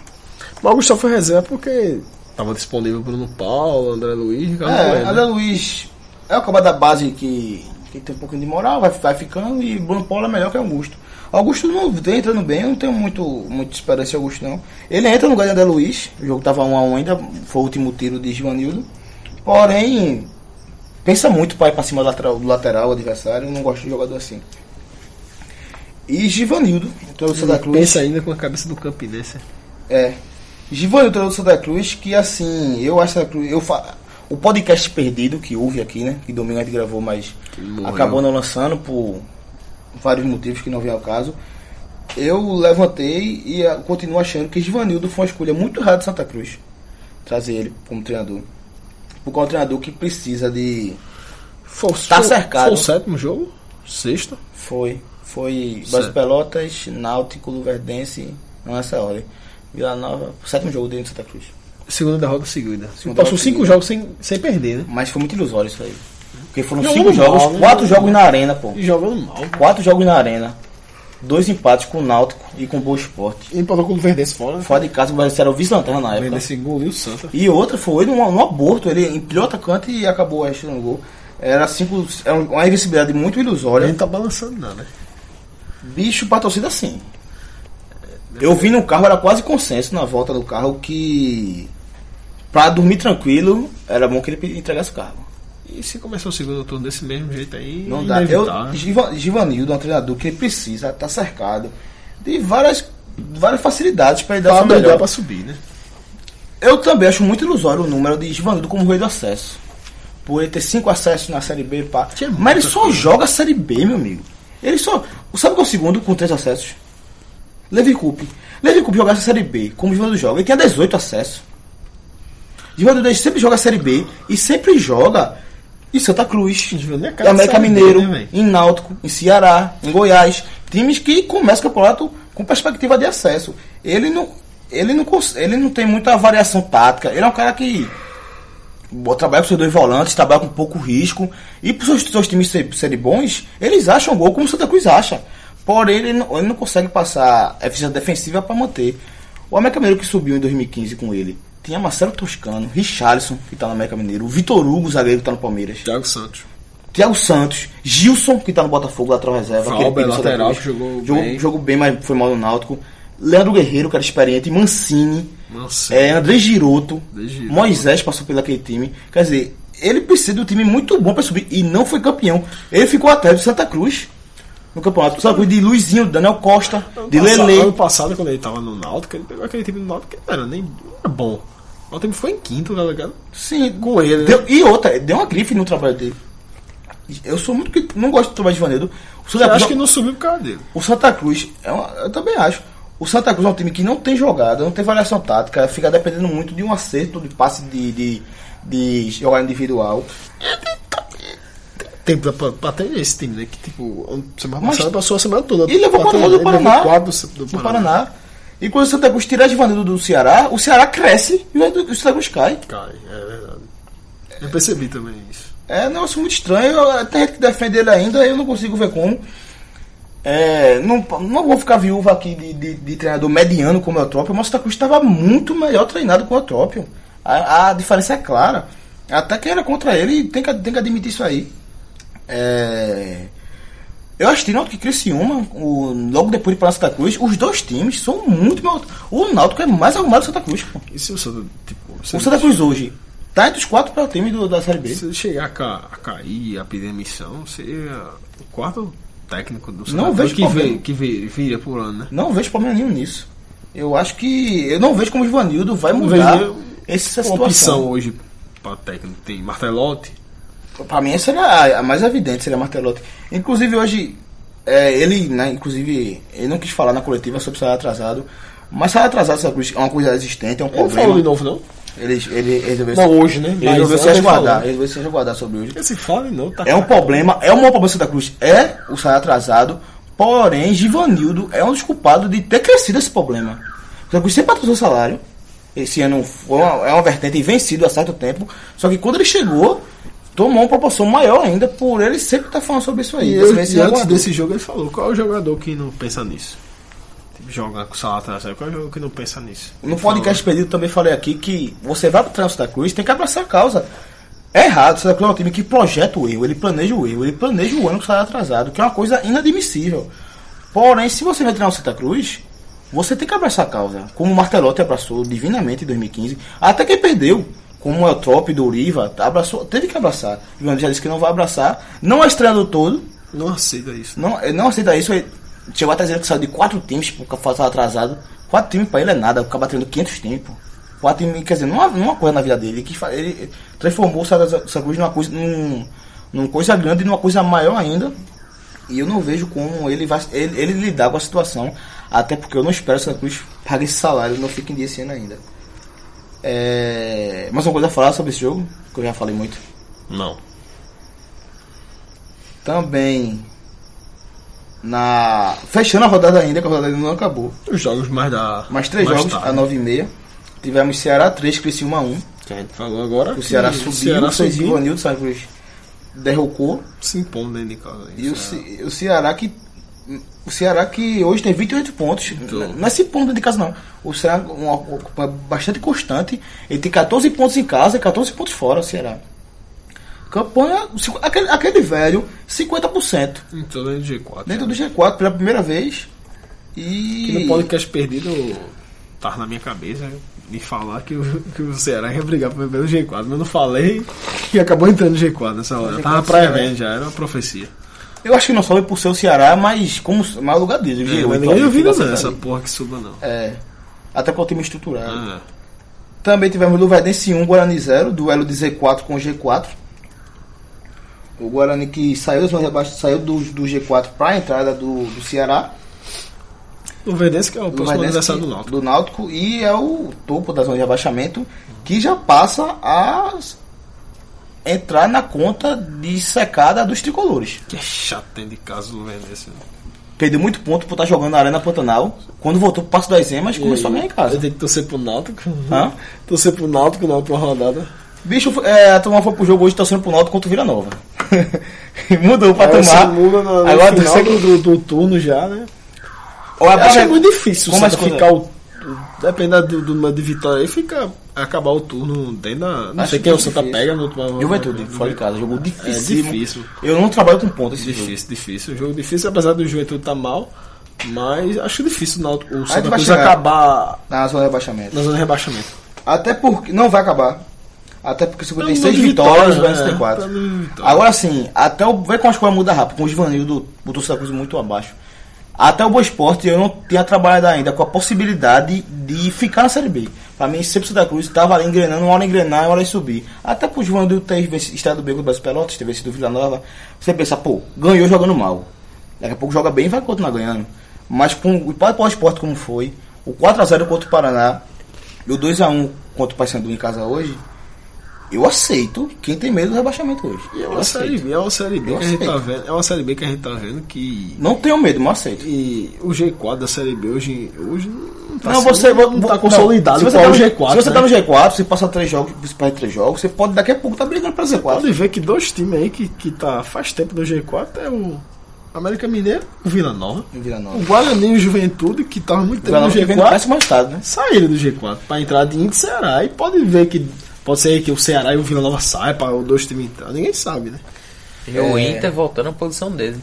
B: O Augusto só foi reserva porque tava disponível Bruno Paulo, André Luiz, Ricardo
A: É,
B: Bueno.
A: André Luiz é o cara da base que, que tem um pouquinho de moral, vai, vai ficando, e Bruno Paulo é melhor que Augusto. Augusto não vem entrando bem, eu não tenho muito, muito esperança em Augusto não. Ele entra no lugar de André Luiz, o jogo tava 1 a 1 ainda, foi o último tiro de Givanildo. Porém, pensa muito para ir pra cima do lateral, do lateral adversário, eu não gosto de jogador assim. E Givanildo, entrou no Santa Cruz.
B: Hum, Pensa ainda com a cabeça do né? Campinense.
A: É. Giovanni do Santa Cruz, que assim, eu acho Santa Cruz. Eu fa... O podcast perdido que houve aqui, né? Que domingo a gente gravou, mas
B: morreu.
A: acabou não lançando por vários motivos que não vem ao caso. Eu levantei e ah, continuo achando que Givanildo foi uma escolha muito errada de Santa Cruz. Trazer ele como treinador. Porque é um treinador que precisa de.
B: Foi,
A: Tá cercado.
B: Foi o sétimo jogo? Sexto?
A: Foi. Foi
B: Certo.
A: Brasil Pelotas, Náutico, Luverdense, não nessa hora. Vila Nova, sétimo jogo dele de Santa Cruz.
B: Segunda derrota seguida.
A: Segunda
B: Passou
A: derrota
B: cinco
A: seguida.
B: jogos sem, sem perder, né?
A: Mas foi muito ilusório isso aí. Porque foram
B: Jogou
A: cinco
B: mal,
A: jogos,
B: né?
A: quatro jogos na arena, pô.
B: E jogando mal.
A: Quatro jogos na arena. Dois empates com o Náutico e com o Boa Esporte.
B: E empatou com o Verdense fora. né?
A: Fora de casa, o Brasil era o vice-lanterna na
B: O
A: época.
B: Verdense engoliu o Santa.
A: E outra foi ele um, um aborto, ele empilhou o atacante e acabou achando o gol. Era cinco. Era uma invencibilidade muito
B: A
A: ilusória.
B: gente tá balançando não, né?
A: Bicho pra torcida assim. Eu vi no carro, era quase consenso na volta do carro que. Pra dormir tranquilo, era bom que ele entregasse o carro.
B: E se começar o segundo turno desse mesmo jeito aí,
A: Não dá. Eu,
B: inevitável.
A: Giva- Givanildo é um treinador que ele precisa estar cercado de várias, várias facilidades para ele dar o
B: Pra
A: seu
B: brigar
A: Tá melhor.
B: pra subir, né?
A: Eu também acho muito ilusório o número de Givanildo como rei do acesso. Por ele ter cinco acessos na Série B, pá.
B: Tinha
A: Mas ele
B: muita
A: só
B: coisa.
A: joga a Série B, meu amigo. Ele só. Sabe qual é o segundo com três acessos? Levi Coupe. Levi Coupe jogasse a Série B, como o Givanildo joga. Ele tinha 18 acessos. Givanildo ele sempre joga a Série B e sempre joga em Santa Cruz.
B: Givanildo é
A: Em
B: cara de
A: América
B: Série B,
A: Mineiro,
B: né, velho?
A: em Náutico, em Ceará, em Goiás, times que começam o campeonato com perspectiva de acesso. Ele não, ele não, cons- ele não tem muita variação tática. Ele é um cara que bo- trabalha com seus dois volantes, trabalha com pouco risco. E para os seus times ser- serem bons, eles acham gol como o Santa Cruz acha. Porém, ele não, ele não consegue passar a eficiência defensiva para manter. O América Mineiro que subiu em 2015 com ele. Tinha Marcelo Toscano, Richarlison, que está no América Mineiro, Vitor Hugo, zagueiro que está no Palmeiras,
B: Thiago Santos.
A: Thiago é Santos, Gilson, que está no Botafogo, lateral reserva.
B: Valber,
A: aquele pique do Santa
B: lateral,
A: Cruz.
B: que jogou
A: jogou
B: bem.
A: Jogou bem, mas foi mal no Náutico. Leandro Guerreiro, que era experiente, Mancini,
B: Nossa.
A: é, André Giroto,
B: André Giroto.
A: Moisés passou pelo aquele time. Quer dizer, ele precisa de um time muito bom para subir e não foi campeão. Ele ficou atrás do Santa Cruz no campeonato. do Santa Cruz de Luizinho, Daniel Costa, de
B: Passa- Ano
A: Lele.
B: passado, quando ele tava no Náutico, ele pegou aquele time do Náutico que não era nem não era bom. O time ficou em quinto, tá ligado?
A: Sim,
B: Com ele, né?
A: Deu- e outra, deu uma grife no trabalho dele. Eu sou muito que não gosto do trabalho de Vanildo. O Santa
B: Eu
A: Cruz,
B: acho que não subiu por causa dele.
A: o Santa Cruz é uma- eu também acho. O Santa Cruz é um time que não tem jogada, não tem variação tática, fica dependendo muito de um acerto de passe de, de, de jogada individual.
B: Tem pra, pra, pra ter esse time, né? Que tipo, semana
A: Mas-
B: passada passou a semana toda.
A: E levou
B: pra
A: quatro gols do
B: treinar, ele
A: Paraná.
B: levou quatro
A: do
B: do, do
A: Paraná. E quando o Santa Cruz tirar de Vanildo do Ceará, o Ceará cresce e o Santa Cruz cai.
B: Cara, é verdade. Eu percebi também isso.
A: É um negócio muito estranho. Tem gente que defende ele ainda, eu não consigo ver como. É, não, não vou ficar viúva aqui de, de- de treinador mediano como o Eutrópio, mas o Santa Cruz estava muito melhor treinado que o Eutrópio. A, a diferença é clara. Até quem era contra ele tem que, tem que admitir isso aí. É, eu assisti Náutico e Criciúma, o, logo depois de para Santa Cruz. Os dois times são muito melhor. O Náutico é mais arrumado que o Santa Cruz. pô.
B: E se o Santa, tipo, se
A: O Santa Cruz hoje tá entre os quatro para o time do- da Série B.
B: se ele chegar a, ca- a cair, a pedir demissão, seria o quarto técnico do Santa
A: Não
B: Cruz
A: vejo
B: que,
A: problema.
B: vem- que vi- vira por ano, né?
A: Não vejo problema nenhum nisso. Eu acho que. Eu não vejo como o Ivanildo vai
B: Não
A: mudar
B: vejo nenhum-
A: essa
B: Uma opção
A: situação.
B: hoje pra técnico tem Martelotti,
A: Pra mim, essa era a- a mais evidente, seria Martelotti. Inclusive, hoje, é, ele, né, inclusive, ele não quis falar na coletiva sobre salário atrasado. Mas salário atrasado essa coisa- é uma coisa existente, é um
B: Ele não falou de
A: problema.
B: novo, não?
A: Ele, ele resolveu,
B: Não hoje, né?
A: ele resolveu
B: ontem
A: se resguardar.
B: falou.
A: Ele resolveu se resguardar sobre hoje.
B: Esse fala não, tá
A: É um problema, é uma problema do Santa Cruz, é o salário atrasado, porém Givanildo é um dos culpados de ter crescido esse problema. O Santa Cruz sempre atrasou o salário, esse ano foi uma- é uma vertente vencido há certo tempo, só que quando ele chegou, tomou uma proporção maior ainda, por ele sempre estar falando sobre isso aí. Então,
B: E,
A: Dessa
B: eu-
A: vez
B: e
A: ele
B: antes
A: aguardou.
B: desse jogo ele falou, qual é o jogador que não pensa nisso? Tipo, Jogar com o salário atrasado, qual é o jogador que não pensa nisso?
A: No podcast perdido também falei aqui que você vai para o Santa Cruz, tem que abraçar a causa. É errado, o Santa Cruz é um time que projeta o erro, ele planeja o erro, ele planeja o ano que sai atrasado, que é uma coisa inadmissível. Porém, se você vai treinar o Santa Cruz, você tem que abraçar a causa, como o Martelotti abraçou divinamente em 2015, até quem perdeu, como o Eutrópio do Uriva, abraçou, teve que abraçar. O Ivan já disse que não vai abraçar, não é estranho do todo,
B: Não aceita isso.
A: não, ele não aceita isso. Ele chegou a trazer que saiu de quatro times por causa atrasado. Quatro times pra ele é nada, acaba tendo 500 times. pô. Quatro times, quer dizer, não é não é uma coisa na vida dele. Que fa- ele transformou o Santa Santa Cruz numa coisa, num, numa coisa grande, numa coisa maior ainda. E eu não vejo como ele vai ele, ele lidar com a situação. Até porque eu não espero que o Santa Cruz pague esse salário, não fique em dia esse ano ainda. É, mais uma coisa a falar sobre esse jogo, que eu já falei muito.
B: Não.
A: Também. Na. Fechando a rodada ainda, que a rodada ainda não acabou.
B: Os jogos mais da.
A: Mais três jogos,
B: tarde.
A: a 9 e meia. Tivemos Ceará 3, Criciúma 1.
B: Que a gente falou agora.
A: O Ceará
B: que
A: subiu,
B: o Ceará
A: fez
B: subiu,
A: Ivanildo Santa Cruz derrocou.
B: se impondo dentro de casa.
A: E o,
B: Ceará.
A: Ce- o Ceará que. O Ceará que hoje tem 28 pontos. N- Não é esse ponto de casa, não. O Ceará é uma- uma- bastante constante. Ele tem 14 pontos em casa e 14 pontos fora, o Ceará. Campanha. cinqu- Aquele, aquele velho, 50%.
B: Entrou dentro do G4.
A: Dentro do G4 pela primeira vez. E.
B: Que no podcast perdido tá na minha cabeça me falar que o, que o Ceará ia brigar pra beber no G4, mas eu não falei e acabou entrando no G4 nessa hora.
A: G4
B: Tava
A: do
B: pra
A: Ceará.
B: evento já, era uma profecia.
A: Eu acho que não sobe por ser o Ceará, mas como mas o lugar dele. o G8,
B: É, mas ninguém
A: talvez,
B: ouviu
A: É, fica
B: não, essa
A: sentado ali.
B: porra que suba não.
A: assim. É. Até com o time estruturado.
B: Ah,
A: Também tivemos Luverdense 1, Guarani 0, duelo de Z4 com G4. O Guarani que saiu, dos mais abaixo- saiu do, do G4 para a entrada do, do Ceará.
B: O Verdense que é o próximo
A: Luverdense
B: aniversário
A: que-
B: do Náutico.
A: do Náutico. E é o topo da zona de abaixamento que já passa a s- entrar na conta de secada dos tricolores.
B: Que é chato dentro de casa o Verdense.
A: Perdeu muito ponto por estar jogando na Arena Pantanal. Quando voltou pro Passo das Emas, começou a ganhar em
B: Eu
A: casa.
B: tenho que torcer pro Náutico.
A: Hã?
B: Torcer pro Náutico na última rodada.
A: Bicho, é, a turma foi pro jogo hoje torcendo pro Náutico contra o Vila Nova. Mudou o
B: Agora É, você
A: patamar.
B: muda no, no
A: Agora
B: final
A: você-
B: do, do- do turno já, né?
A: Ou a
B: Eu acho
A: próxima-
B: muito difícil
A: né? Como é
B: você
A: as coisas-
B: ficar o. Dependendo de, de uma de vitória aí, fica acabar o turno dentro da. Não
A: Acho
B: sei quem é o
A: muito
B: Santa
A: difícil.
B: pega no outro.
A: Juventude, fora de casa, jogo
B: É
A: difícil.
B: difícil.
A: Eu não trabalho com ponta esse jogo.
B: Difícil, difícil. Um jogo difícil, apesar do Juventude tá mal. Mas acho difícil o, Náutico- o Santa
A: tu vai
B: Cruz
A: chegar.
B: acabar
A: Na zona de rebaixamento.
B: na zona de rebaixamento.
A: Até porque. Não vai acabar. Até porque
B: Pelo
A: 56
B: número de
A: vitórias,
B: vitórias,
A: versus
B: né?
A: tem 4.
B: Pelo número de vitórias.
A: Agora sim, até o. Vê como as coisas mudam rápido, com o Ivanil do botou essa coisa muito abaixo. Até o Boa Esporte eu não tinha trabalhado ainda com a possibilidade de ficar na Série B. Pra mim, sempre o Santa Cruz estava ali engrenando, uma hora engranar, uma hora em subir. Até pro Ivanil ter vencido- estado bem com o Brasil Pelotas, ter vencido o Vila Nova. Você pensa, pô, ganhou jogando mal. Daqui a pouco joga bem e vai continuar ganhando. Mas com o empate para o esporte como foi, o 4x0 contra o Paraná e o 2x1 contra o Paysandu em casa hoje, eu aceito quem tem medo do rebaixamento hoje.
B: E é uma série B, é uma série B
A: Eu
B: que a gente tá
A: aceito.
B: vendo. É uma série B que a gente tá vendo que.
A: Não tenho medo, mas aceito.
B: E o G4 da série B hoje, hoje não tá,
A: Assim, não,
B: sendo-
A: você vo-
B: não
A: vo-
B: tá consolidado
A: se você
B: qual
A: tá
B: o
A: no-
B: G4.
A: Se você
B: né?
A: tá no G4, você passa três jogos, você perde três jogos, você pode daqui a pouco tá brigando pra Z4.
B: Pode ver que dois times aí que, que tá faz tempo no G4 é o América Mineiro, o Vila Nova,
A: Vila Nova.
B: o Guarani e o Juventude, que tava muito tempo
A: Vila
B: no
A: Nova que vem no
B: G4,
A: péssimo estado, né?
B: saíram do G4 pra entrar de Inter e Ceará. E pode ver que pode ser que o Ceará e o Vila Nova saiam para os dois times entrar. Ninguém sabe, né?
C: E o
A: É.
C: Inter voltando à posição dele. né?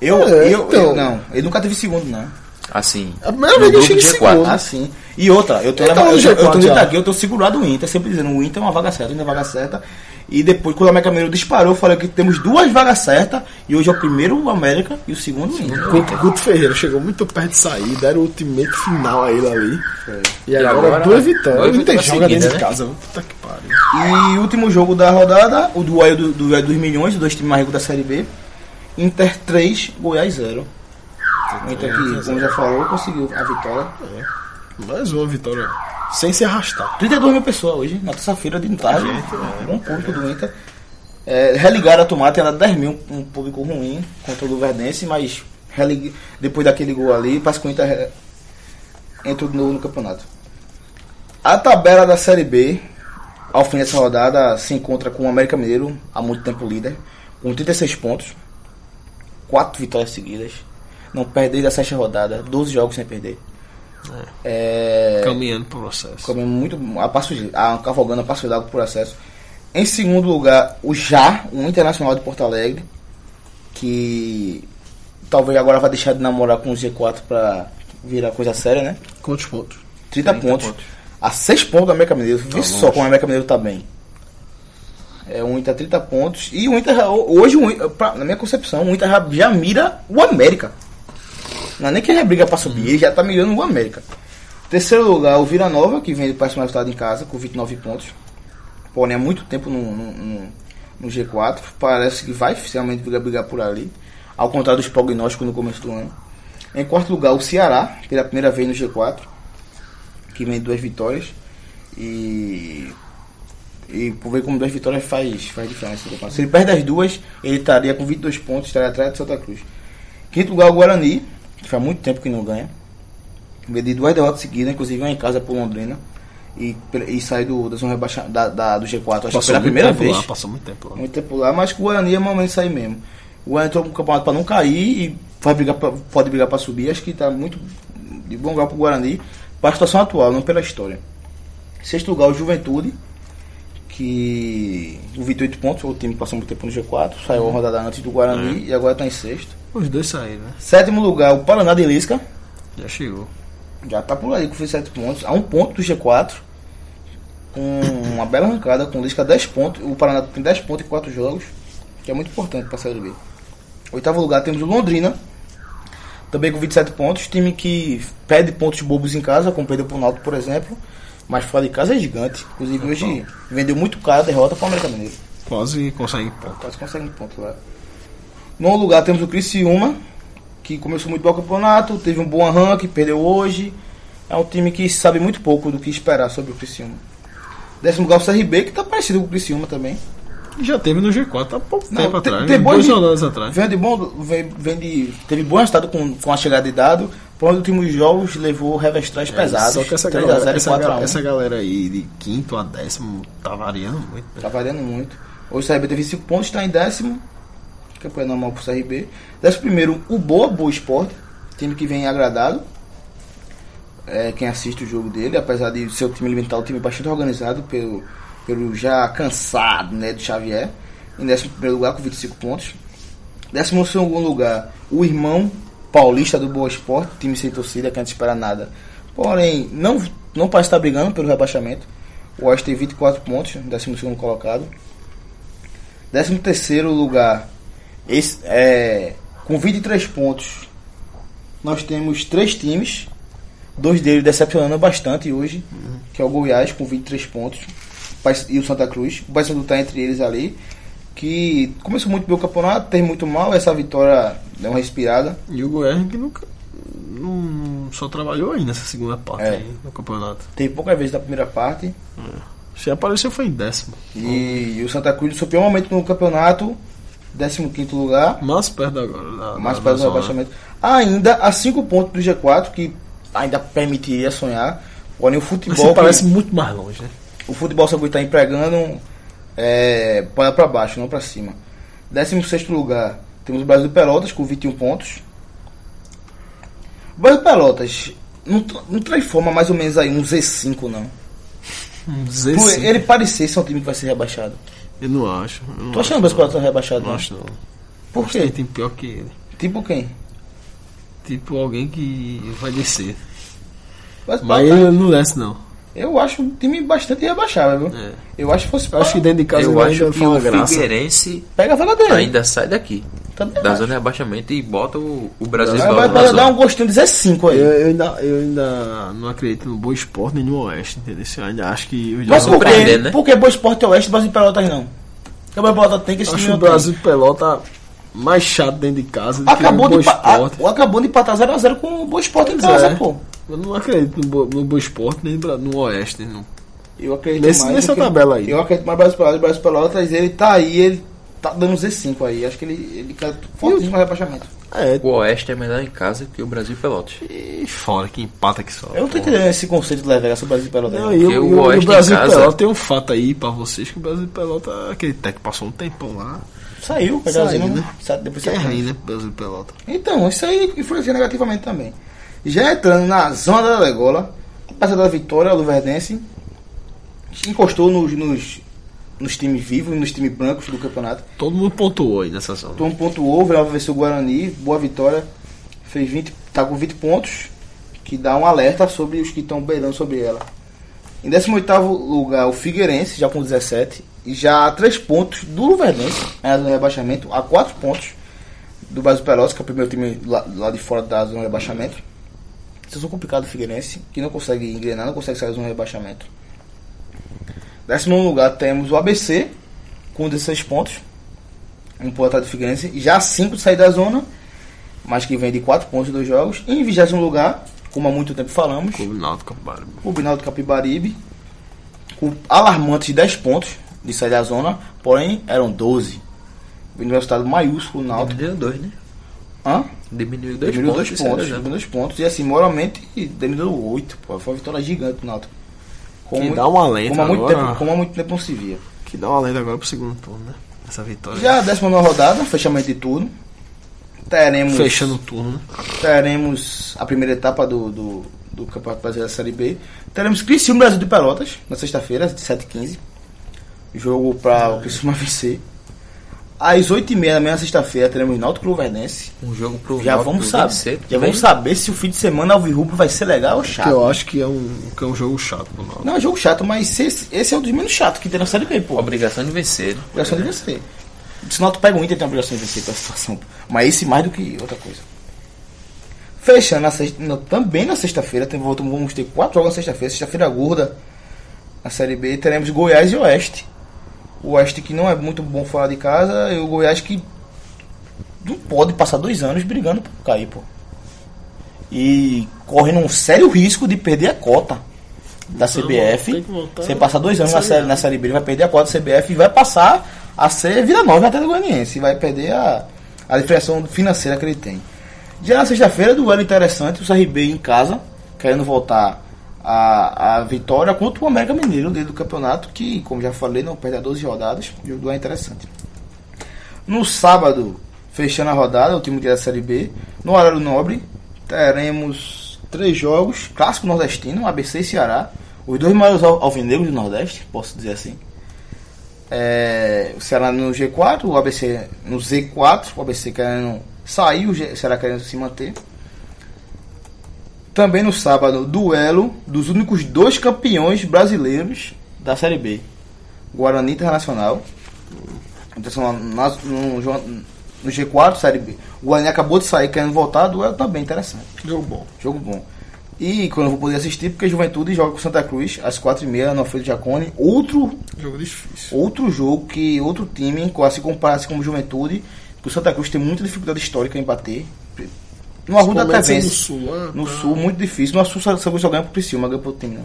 A: Eu,
B: É,
A: eu,
B: então.
A: eu, não. Ele nunca teve segundo, né?
C: Assim.
B: É a primeira
C: No
B: vez que
C: grupo
B: chega em
C: do G4.
B: segundo.
A: Ah, sim. E outra, eu tô,
B: Ele tá
A: eu,
B: no
A: eu,
B: G4
A: eu tô
B: já.
A: dentro aqui, eu tô segurado o Inter, sempre dizendo, o Inter é uma vaga certa, o Inter é uma vaga certa. E depois, quando o América Mineiro disparou, eu falei que temos duas vagas certas, e hoje é o primeiro o América e o segundo o
C: Ah,
A: Inter.
B: Guto, Guto Ferreira chegou muito perto de sair, deram o ultimate final a ele ali. E
C: É. E
B: agora,
C: agora,
B: duas vitórias.
C: duas
B: O Inter
C: vitórias
B: joga dentro
C: seguidas,
B: de
C: né?
B: casa. Puta que pariu.
A: E último jogo da rodada, o duelo do, duelo dos milhões, dos dois times mais ricos da Série B. Inter 3, Goiás 0. O Inter que, como já falou, conseguiu a vitória.
B: É. Mais uma vitória. Sem se arrastar.
A: 32 mil pessoas hoje, na terça-feira de tarde. Bom público do Inter. É, religaram a tomate, era 10 mil, um público ruim contra o Luverdense, mas relig... depois daquele gol ali, parece que o Inter é, entrou de novo no campeonato. A tabela da Série B, ao fim dessa rodada, se encontra com o América Mineiro, há muito tempo líder, com 36 pontos, 4 vitórias seguidas, não perde desde a sexta rodada, 12 jogos sem perder. É,
B: Caminhando pro processo.
A: Comendo muito a passo de, a, cavalgando a passo de água por acesso. Em segundo lugar, o Já, o Internacional de Porto Alegre, que talvez agora vá deixar de namorar com o G4 para virar coisa séria, né?
B: Quantos pontos?
A: 30,
C: 30
A: pontos.
C: pontos.
A: A 6 pontos do América Mineiro. Vê só como o América Mineiro tá bem. É, o Inter 30 pontos. E o Inter, hoje, o Inter- pra- na minha concepção, o Inter já- já mira o América. Não é nem que ele briga pra subir, ele já tá mirando o América. Terceiro lugar, o Vila Nova, que vem do próximo resultado em casa, com 29 pontos. Porém, há muito tempo no, no, no- no G4. Parece que vai finalmente brigar, brigar por ali. Ao contrário dos prognósticos no começo do ano. Em quarto lugar, o Ceará, pela primeira vez no G4 que vem de duas vitórias e e por ver como duas vitórias faz, faz diferença. no campeonato. Se ele perde as duas, ele estaria com 22 pontos, estaria atrás do Santa Cruz. Quinto lugar, o Guarani, que faz muito tempo que não ganha. Vem de duas derrotas seguidas, inclusive uma em casa por Londrina. E, pe- e sai do, da zona rebaixa, da, da- do G4, acho que pela primeira
B: tempo
A: vez.
B: Lá, passou muito tempo lá.
A: Muito tempo lá, mas que o Guarani é momento de sair mesmo. O Guarani entrou pro campeonato pra não cair e vai brigar pra- pode brigar pra subir. Acho que tá muito de bom grau pro Guarani para a situação atual, não pela história. Sexto lugar, o Juventude, que o 28 pontos, o time passou muito tempo no G4, saiu uma rodada antes do Guarani e agora tá em sexto.
B: Os dois saíram, né?
A: Sétimo lugar, o Paraná de Lisca,
B: Já chegou.
A: já tá por aí com 27 pontos, a um ponto do G4, com uma bela arrancada, com o Lisca 10 pontos. O Paraná tem 10 pontos em 4 jogos, que é muito importante para a Série B. Oitavo lugar temos o Londrina, também com 27 pontos, time que perde pontos bobos em casa, como perdeu pro Náutico, por exemplo, mas fora de casa é gigante. Inclusive hoje vendeu muito caro a derrota para o América Mineiro.
B: Quase consegue ponto.
A: Quase consegue um ponto lá. Nono lugar temos o Criciúma, que começou muito bem o campeonato, teve um bom arranque, perdeu hoje. É um time que sabe muito pouco do que esperar sobre o Criciúma. Décimo lugar o CRB, que tá parecido com o Criciúma também.
B: Já teve no G4 há pouco
A: Não,
B: tempo
A: te-
B: atrás.
A: tem
B: né?
A: boas
B: Dois
A: de-
B: rodadas atrás.
A: Vem de bom, vem, vem de, teve bom resultado com, com a chegada de dado. Para os últimos jogos levou revestrais pesados.
B: É, Só que essa
A: 3 a
B: galera,
A: 0
B: essa,
A: 4 a
B: ga-
A: 1.
B: essa galera aí de quinto a décimo tá variando muito. né?
A: Tá variando muito. Hoje o CRB teve 5 pontos, está em décimo. Campanha normal pro CRB. Décimo primeiro, o Boa Boa Esporte. Time que vem agradado. É, quem assiste o jogo dele, apesar de ser o time limitado, o time bastante organizado pelo, pelo já cansado né, do Xavier. Em décimo primeiro lugar com 25 pontos. Décimo segundo lugar, o irmão paulista do Boa Esporte, time sem torcida, que antes espera nada. Porém, não, não parece estar brigando pelo rebaixamento. O Oeste tem 24 pontos, décimo segundo colocado. Décimo terceiro lugar, esse, é, com 23 pontos, nós temos três times. Dois deles decepcionando bastante hoje, que é o Goiás com 23 pontos Pais- e o Santa Cruz. O Paysandu está entre eles ali, que começou muito bem o campeonato, tem muito mal. Essa vitória deu uma respirada.
B: E o Goiás que nunca. Não, só trabalhou aí nessa segunda parte
A: É.
B: aí do campeonato.
A: Teve poucas vezes na primeira parte.
B: Se apareceu foi em décimo.
A: E, o Santa Cruz no seu pior momento no campeonato, 15 lugar.
B: Mais perto agora. Da,
A: mais perto
B: da- da
A: do
B: zona.
A: rebaixamento. Ainda a 5 pontos do G4, que ainda permitiria sonhar. Porém, o
B: Mas
A: futebol.
B: você
A: que-
B: Assim, parece muito mais longe, né?
A: O futebol sagu está empregando é, para para baixo, não para cima. 16 lugar, temos o Brasil de Pelotas com 21 pontos. O Brasil de Pelotas não, tra- não transforma mais ou menos aí um Z5, não.
B: Um
A: Por
B: 16.
A: ele parecer ser um time que vai ser rebaixado.
B: Eu não acho. Eu não
A: Tô
B: acho,
A: achando o Brasil de
B: não.
A: Pelotas é rebaixado,
B: Não
A: não.
B: acho, não.
A: Por
B: Acho que
A: quê?
B: tem pior que ele.
A: Tipo quem?
B: Tipo alguém que vai descer.
A: Brasil de
B: Mas
A: Pelotas-
B: ele não desce, não.
A: Eu acho um time bastante rebaixável. viu?
B: É.
A: Eu acho que fosse.
B: Eu acho que dentro de casa
C: Eu
B: ele
C: acho
B: ainda
C: que
B: foi uma
C: o
B: graça.
A: é
C: Figueirense
A: Pega a vaga dele. Tá- Ah,
C: ainda sai daqui
A: Também
C: da
A: acho.
C: zona de rebaixamento e bota o, o Brasil de
A: Vai, vai,
C: volta
A: vai
C: na
B: né?
A: dar um
C: zona.
A: gostinho de Z5 aí.
B: Eu, eu ainda, eu ainda não acredito no Boa Esporte nem no Oeste, entendeu? Eu ainda acho que os
A: Mas
B: dois
A: por
B: vão-
A: que,
C: surpreender, né?
A: por que Boa Esporte é Oeste e Brasil de Pelotas não? Porque o é Brasil de Pelotas tem que esse time
B: Acho
A: não
B: o
A: tem.
B: Brasil de Pelota mais chato dentro de casa do
A: acabou
B: que o
A: de,
B: Boa
A: pa-
B: Esporte.
A: a- acabou de empatar 0x0 com o Boa Esporte em
B: Pois
A: casa,
B: é.
A: pô.
B: Eu não acredito no, Bo- no Boa Esporte nem no, no Oeste. Não.
A: Eu acredito
B: Nesse-
A: mais.
B: nessa
A: do que-
B: tabela aí.
A: Eu acredito mais Brasil de Pelotas. Brasil de Pelotas, ele tá aí, ele tá dando Z5 aí. Acho que ele, ele cai fortíssimo no rebaixamento.
B: É,
C: O Oeste é melhor em casa que o Brasil e Pelotas.
B: e fora, que empata que só.
A: Eu não tô
B: porra.
A: entendendo esse conceito de levar sobre o Brasil de Pelotas.
B: Não,
A: não.
B: e
C: É, Porque
B: o-
C: o
B: e o, e o
C: Oeste em
B: Brasil de
C: casa-
B: Pelota tem um fato aí pra vocês que o Brasil de Pelota, aquele técnico passou um tempão lá.
A: Saiu,
B: Saiu,
A: Brasil,
B: né?
A: Sabe, depois
B: Que é
A: saiu.
B: ruim, né? Brasil de Pelota.
A: Então, isso aí influencia negativamente também. Já entrando na zona da degola, apesar da vitória do Verdense, encostou nos, nos, nos times vivos, nos times brancos do campeonato.
B: Todo mundo pontuou aí nessa zona.
A: Tom pontuou, o Vilhava venceu o Guarani, boa vitória. Fez 20, tá com 20 pontos, que dá um alerta sobre os que estão beirando sobre ela. Em 18º lugar, o Figueirense, já com 17, e já a 3 pontos do Luverdense, na zona de rebaixamento, a 4 pontos do Brasil Pelotas, que é o primeiro time lá, lá de fora da zona de rebaixamento. Situação complicada do Figueirense, que não consegue engrenar, não consegue sair da zona de rebaixamento. Décimo lugar temos o ABC, com 16 pontos, um ponto atrás do Figueirense, já 5 de sair da zona, mas que vem de 4 pontos em dois jogos. Em 20 lugar, como há muito tempo falamos,
B: Clube Náutico Capibaribe.
A: o Binaldo Capibaribe, com alarmantes 10 pontos de sair da zona, porém eram 12. Vindo um resultado maiúsculo no Náutico.
C: Diminuiu dois, né?
A: Hã?
C: Diminuiu dois
A: Diminuiu
C: pontos. é
A: dois
C: e saiu da
A: pontos,
C: zona.
A: diminuiu dois pontos. E assim, moralmente, diminuiu 8. Pô. Foi uma vitória gigante do Náutico. Como,
B: Que
A: muito-
B: dá um alento
A: como há muito
B: agora.
A: tempo, como há muito tempo não se via.
B: Que dá uma lenda agora pro segundo turno, né? Essa vitória.
A: Já a 19 rodada, fechamento de turno. Teremos.
B: Fechando o turno, né?
A: teremos a primeira etapa do, do, do Campeonato Brasileiro da Série B. Teremos Criciúma e Brasil de Pelotas na sexta-feira, às 7h15. Jogo para o Criciúma vencer. Às 8h30 da manhã, sexta-feira, teremos Náutico Clube Verdense.
C: Um jogo pro
A: Já
C: Náutico
A: vamos saber.
C: vencer,
A: já
C: também.
A: vamos saber se o fim de semana Alvirrubro vai ser legal ou
B: Que
A: chato.
B: eu acho que é um, que é um jogo chato pro Náutico.
A: Não, é jogo chato, mas esse, esse é um dos menos chatos que tem na Série B, pô.
C: Obrigação de vencer. né?
A: Obrigação de vencer. Se não, tu pega o Inter, tem a obrigação de vencer com essa situação. Mas esse mais do que outra coisa. Fechando na sexta, não, também na sexta-feira, tem, voltamos- vamos ter quatro jogos na sexta-feira. Sexta-feira gorda na Série B. Teremos Goiás e Oeste. O Oeste que não é muito bom fora de casa e o Goiás que não pode passar dois anos brigando pra cair, pô. E correndo um sério risco de perder a cota da
B: Então,
A: CBF.
B: tem que voltar.
A: Você passar dois anos na série, na série B, ele vai perder a cota da CBF e vai passar a ser vira nova até do Goianiense. E vai perder a, a diferença financeira que ele tem. Já na sexta-feira, duelo interessante, o CRB em casa, querendo voltar à, à vitória contra o América Mineiro, líder do campeonato, que, como já falei, não perde a 12 rodadas. E o duelo é interessante. No sábado, fechando a rodada, o time da Série B, no horário nobre, teremos três jogos, clássico nordestino, ABC e Ceará, os dois maiores al- alvinegros do Nordeste, posso dizer assim. É, o Ceará no G4, o ABC no Z4, o ABC querendo sair, o G- o Ceará querendo se manter. Também no sábado, duelo dos únicos dois campeões brasileiros da Série B. Guarani Internacional. Internacional na- no, jo- no G4, Série B. O Guarani acabou de sair querendo voltar, duelo também interessante.
B: Jogo bom.
A: Jogo bom. E quando eu vou poder assistir, porque Juventude joga com Santa Cruz às 4h30 no Alfredo Jacone. Outro
B: Jogo difícil.
A: outro jogo que outro time, quase compara-se como Juventude, que o Santa Cruz tem muita dificuldade histórica em bater. No Arruda até
B: Principalmente
A: vence.
B: No sul, ah,
A: No
B: tá.
A: Sul, muito difícil. No Sul, Santa Cruz só ganha pro Criciúma, ganha pro time, não.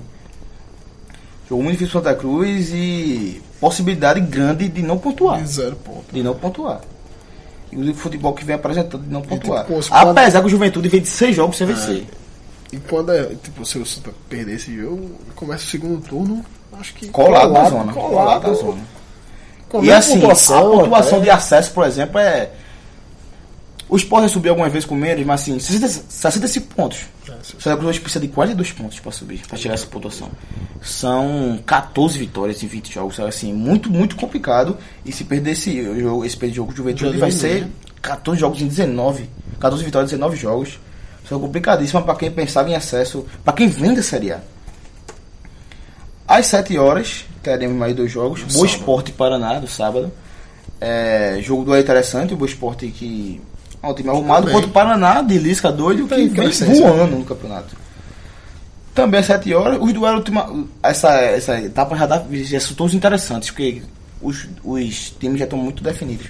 A: Jogo muito difícil pro Santa Cruz e possibilidade grande de não pontuar.
B: De zero ponto.
A: De não pontuar. E o futebol que vem apresentando de não pontuar.
B: tipo, os quadros-
A: Apesar que o Juventude vem de seis jogos sem vencer.
B: E quando é, tipo, se o Santa perder esse jogo, começa o segundo turno, acho que.
A: Colado na zona. né?
B: Colado
A: Colado na zona.
B: Com
A: E
B: menos
A: assim, a pontuação de acesso, por exemplo, é. O Sport já subiu algumas vezes com menos, mas assim, 60 65 pontos.
B: até. É, se-
A: O Santa Cruz hoje precisa de quase dois pontos para subir, para chegar a essa pontuação. São 14 vitórias em 20 jogos, sabe? assim, muito, muito complicado. E se perder esse jogo, esse perder jogo de juventude,
B: Já
A: vai
B: diminui,
A: ser
B: né?
A: 14 jogos em 19. 14 vitórias em 19 jogos. Isso é complicadíssimo para quem pensava em acesso, para quem vem da Série A. Às 7 horas, teremos mais dois jogos. Boa
B: sábado.
A: Esporte e Paraná, do sábado. É, jogo do é interessante, o Boa Esporte que é um time arrumado
B: bem.
A: contra o Paraná, de Lisca doido,
B: Tá
A: que
B: em
A: vem
B: crescência.
A: voando no campeonato. Também às 7 horas, os duelos, ultima- essa, essa etapa já, dá, já são todos interessantes, porque os, os times já estão muito definidos.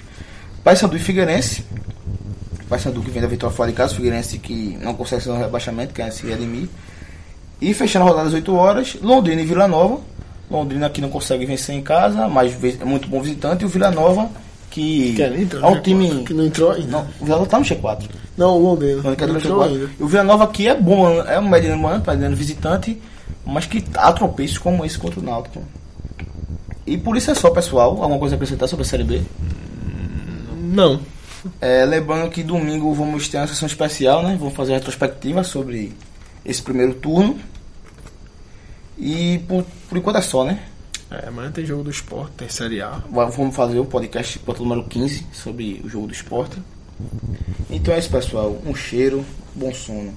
A: Paysandu e Figueirense. Paysandu que vem da vitória fora de casa, Figueirense que não consegue ser um rebaixamento, quer se redimir. E fechando a rodada às 8 horas, Londrina e Vila Nova. Londrina que não consegue vencer em casa, mas ve- é muito bom visitante. E o Vila Nova que
B: Quer entrar
A: é
B: no
A: um
B: G4,
A: time.
B: né? Que não entrou ainda.
A: Não, o Vila Nova tá no G4.
B: Não, o Londrina.
A: Não, que é do
B: Não entrou
A: G4.
B: ainda.
A: E o Vila Nova que é bom, é um mediano bom, mediano visitante, mas que atropelha como esse contra o Náutico. E por isso é só, pessoal. Alguma coisa a acrescentar sobre a Série B?
B: Não.
A: É, lembrando que domingo vamos ter uma sessão especial, né? Vamos fazer a retrospectiva sobre esse primeiro turno. E por, por enquanto é só, né?
B: É, amanhã tem jogo do esporte, tem Série A.
A: Va- Vamos fazer o podcast ponto número 15 sobre o jogo do esporte. Então é isso, pessoal. Um cheiro, bom sono.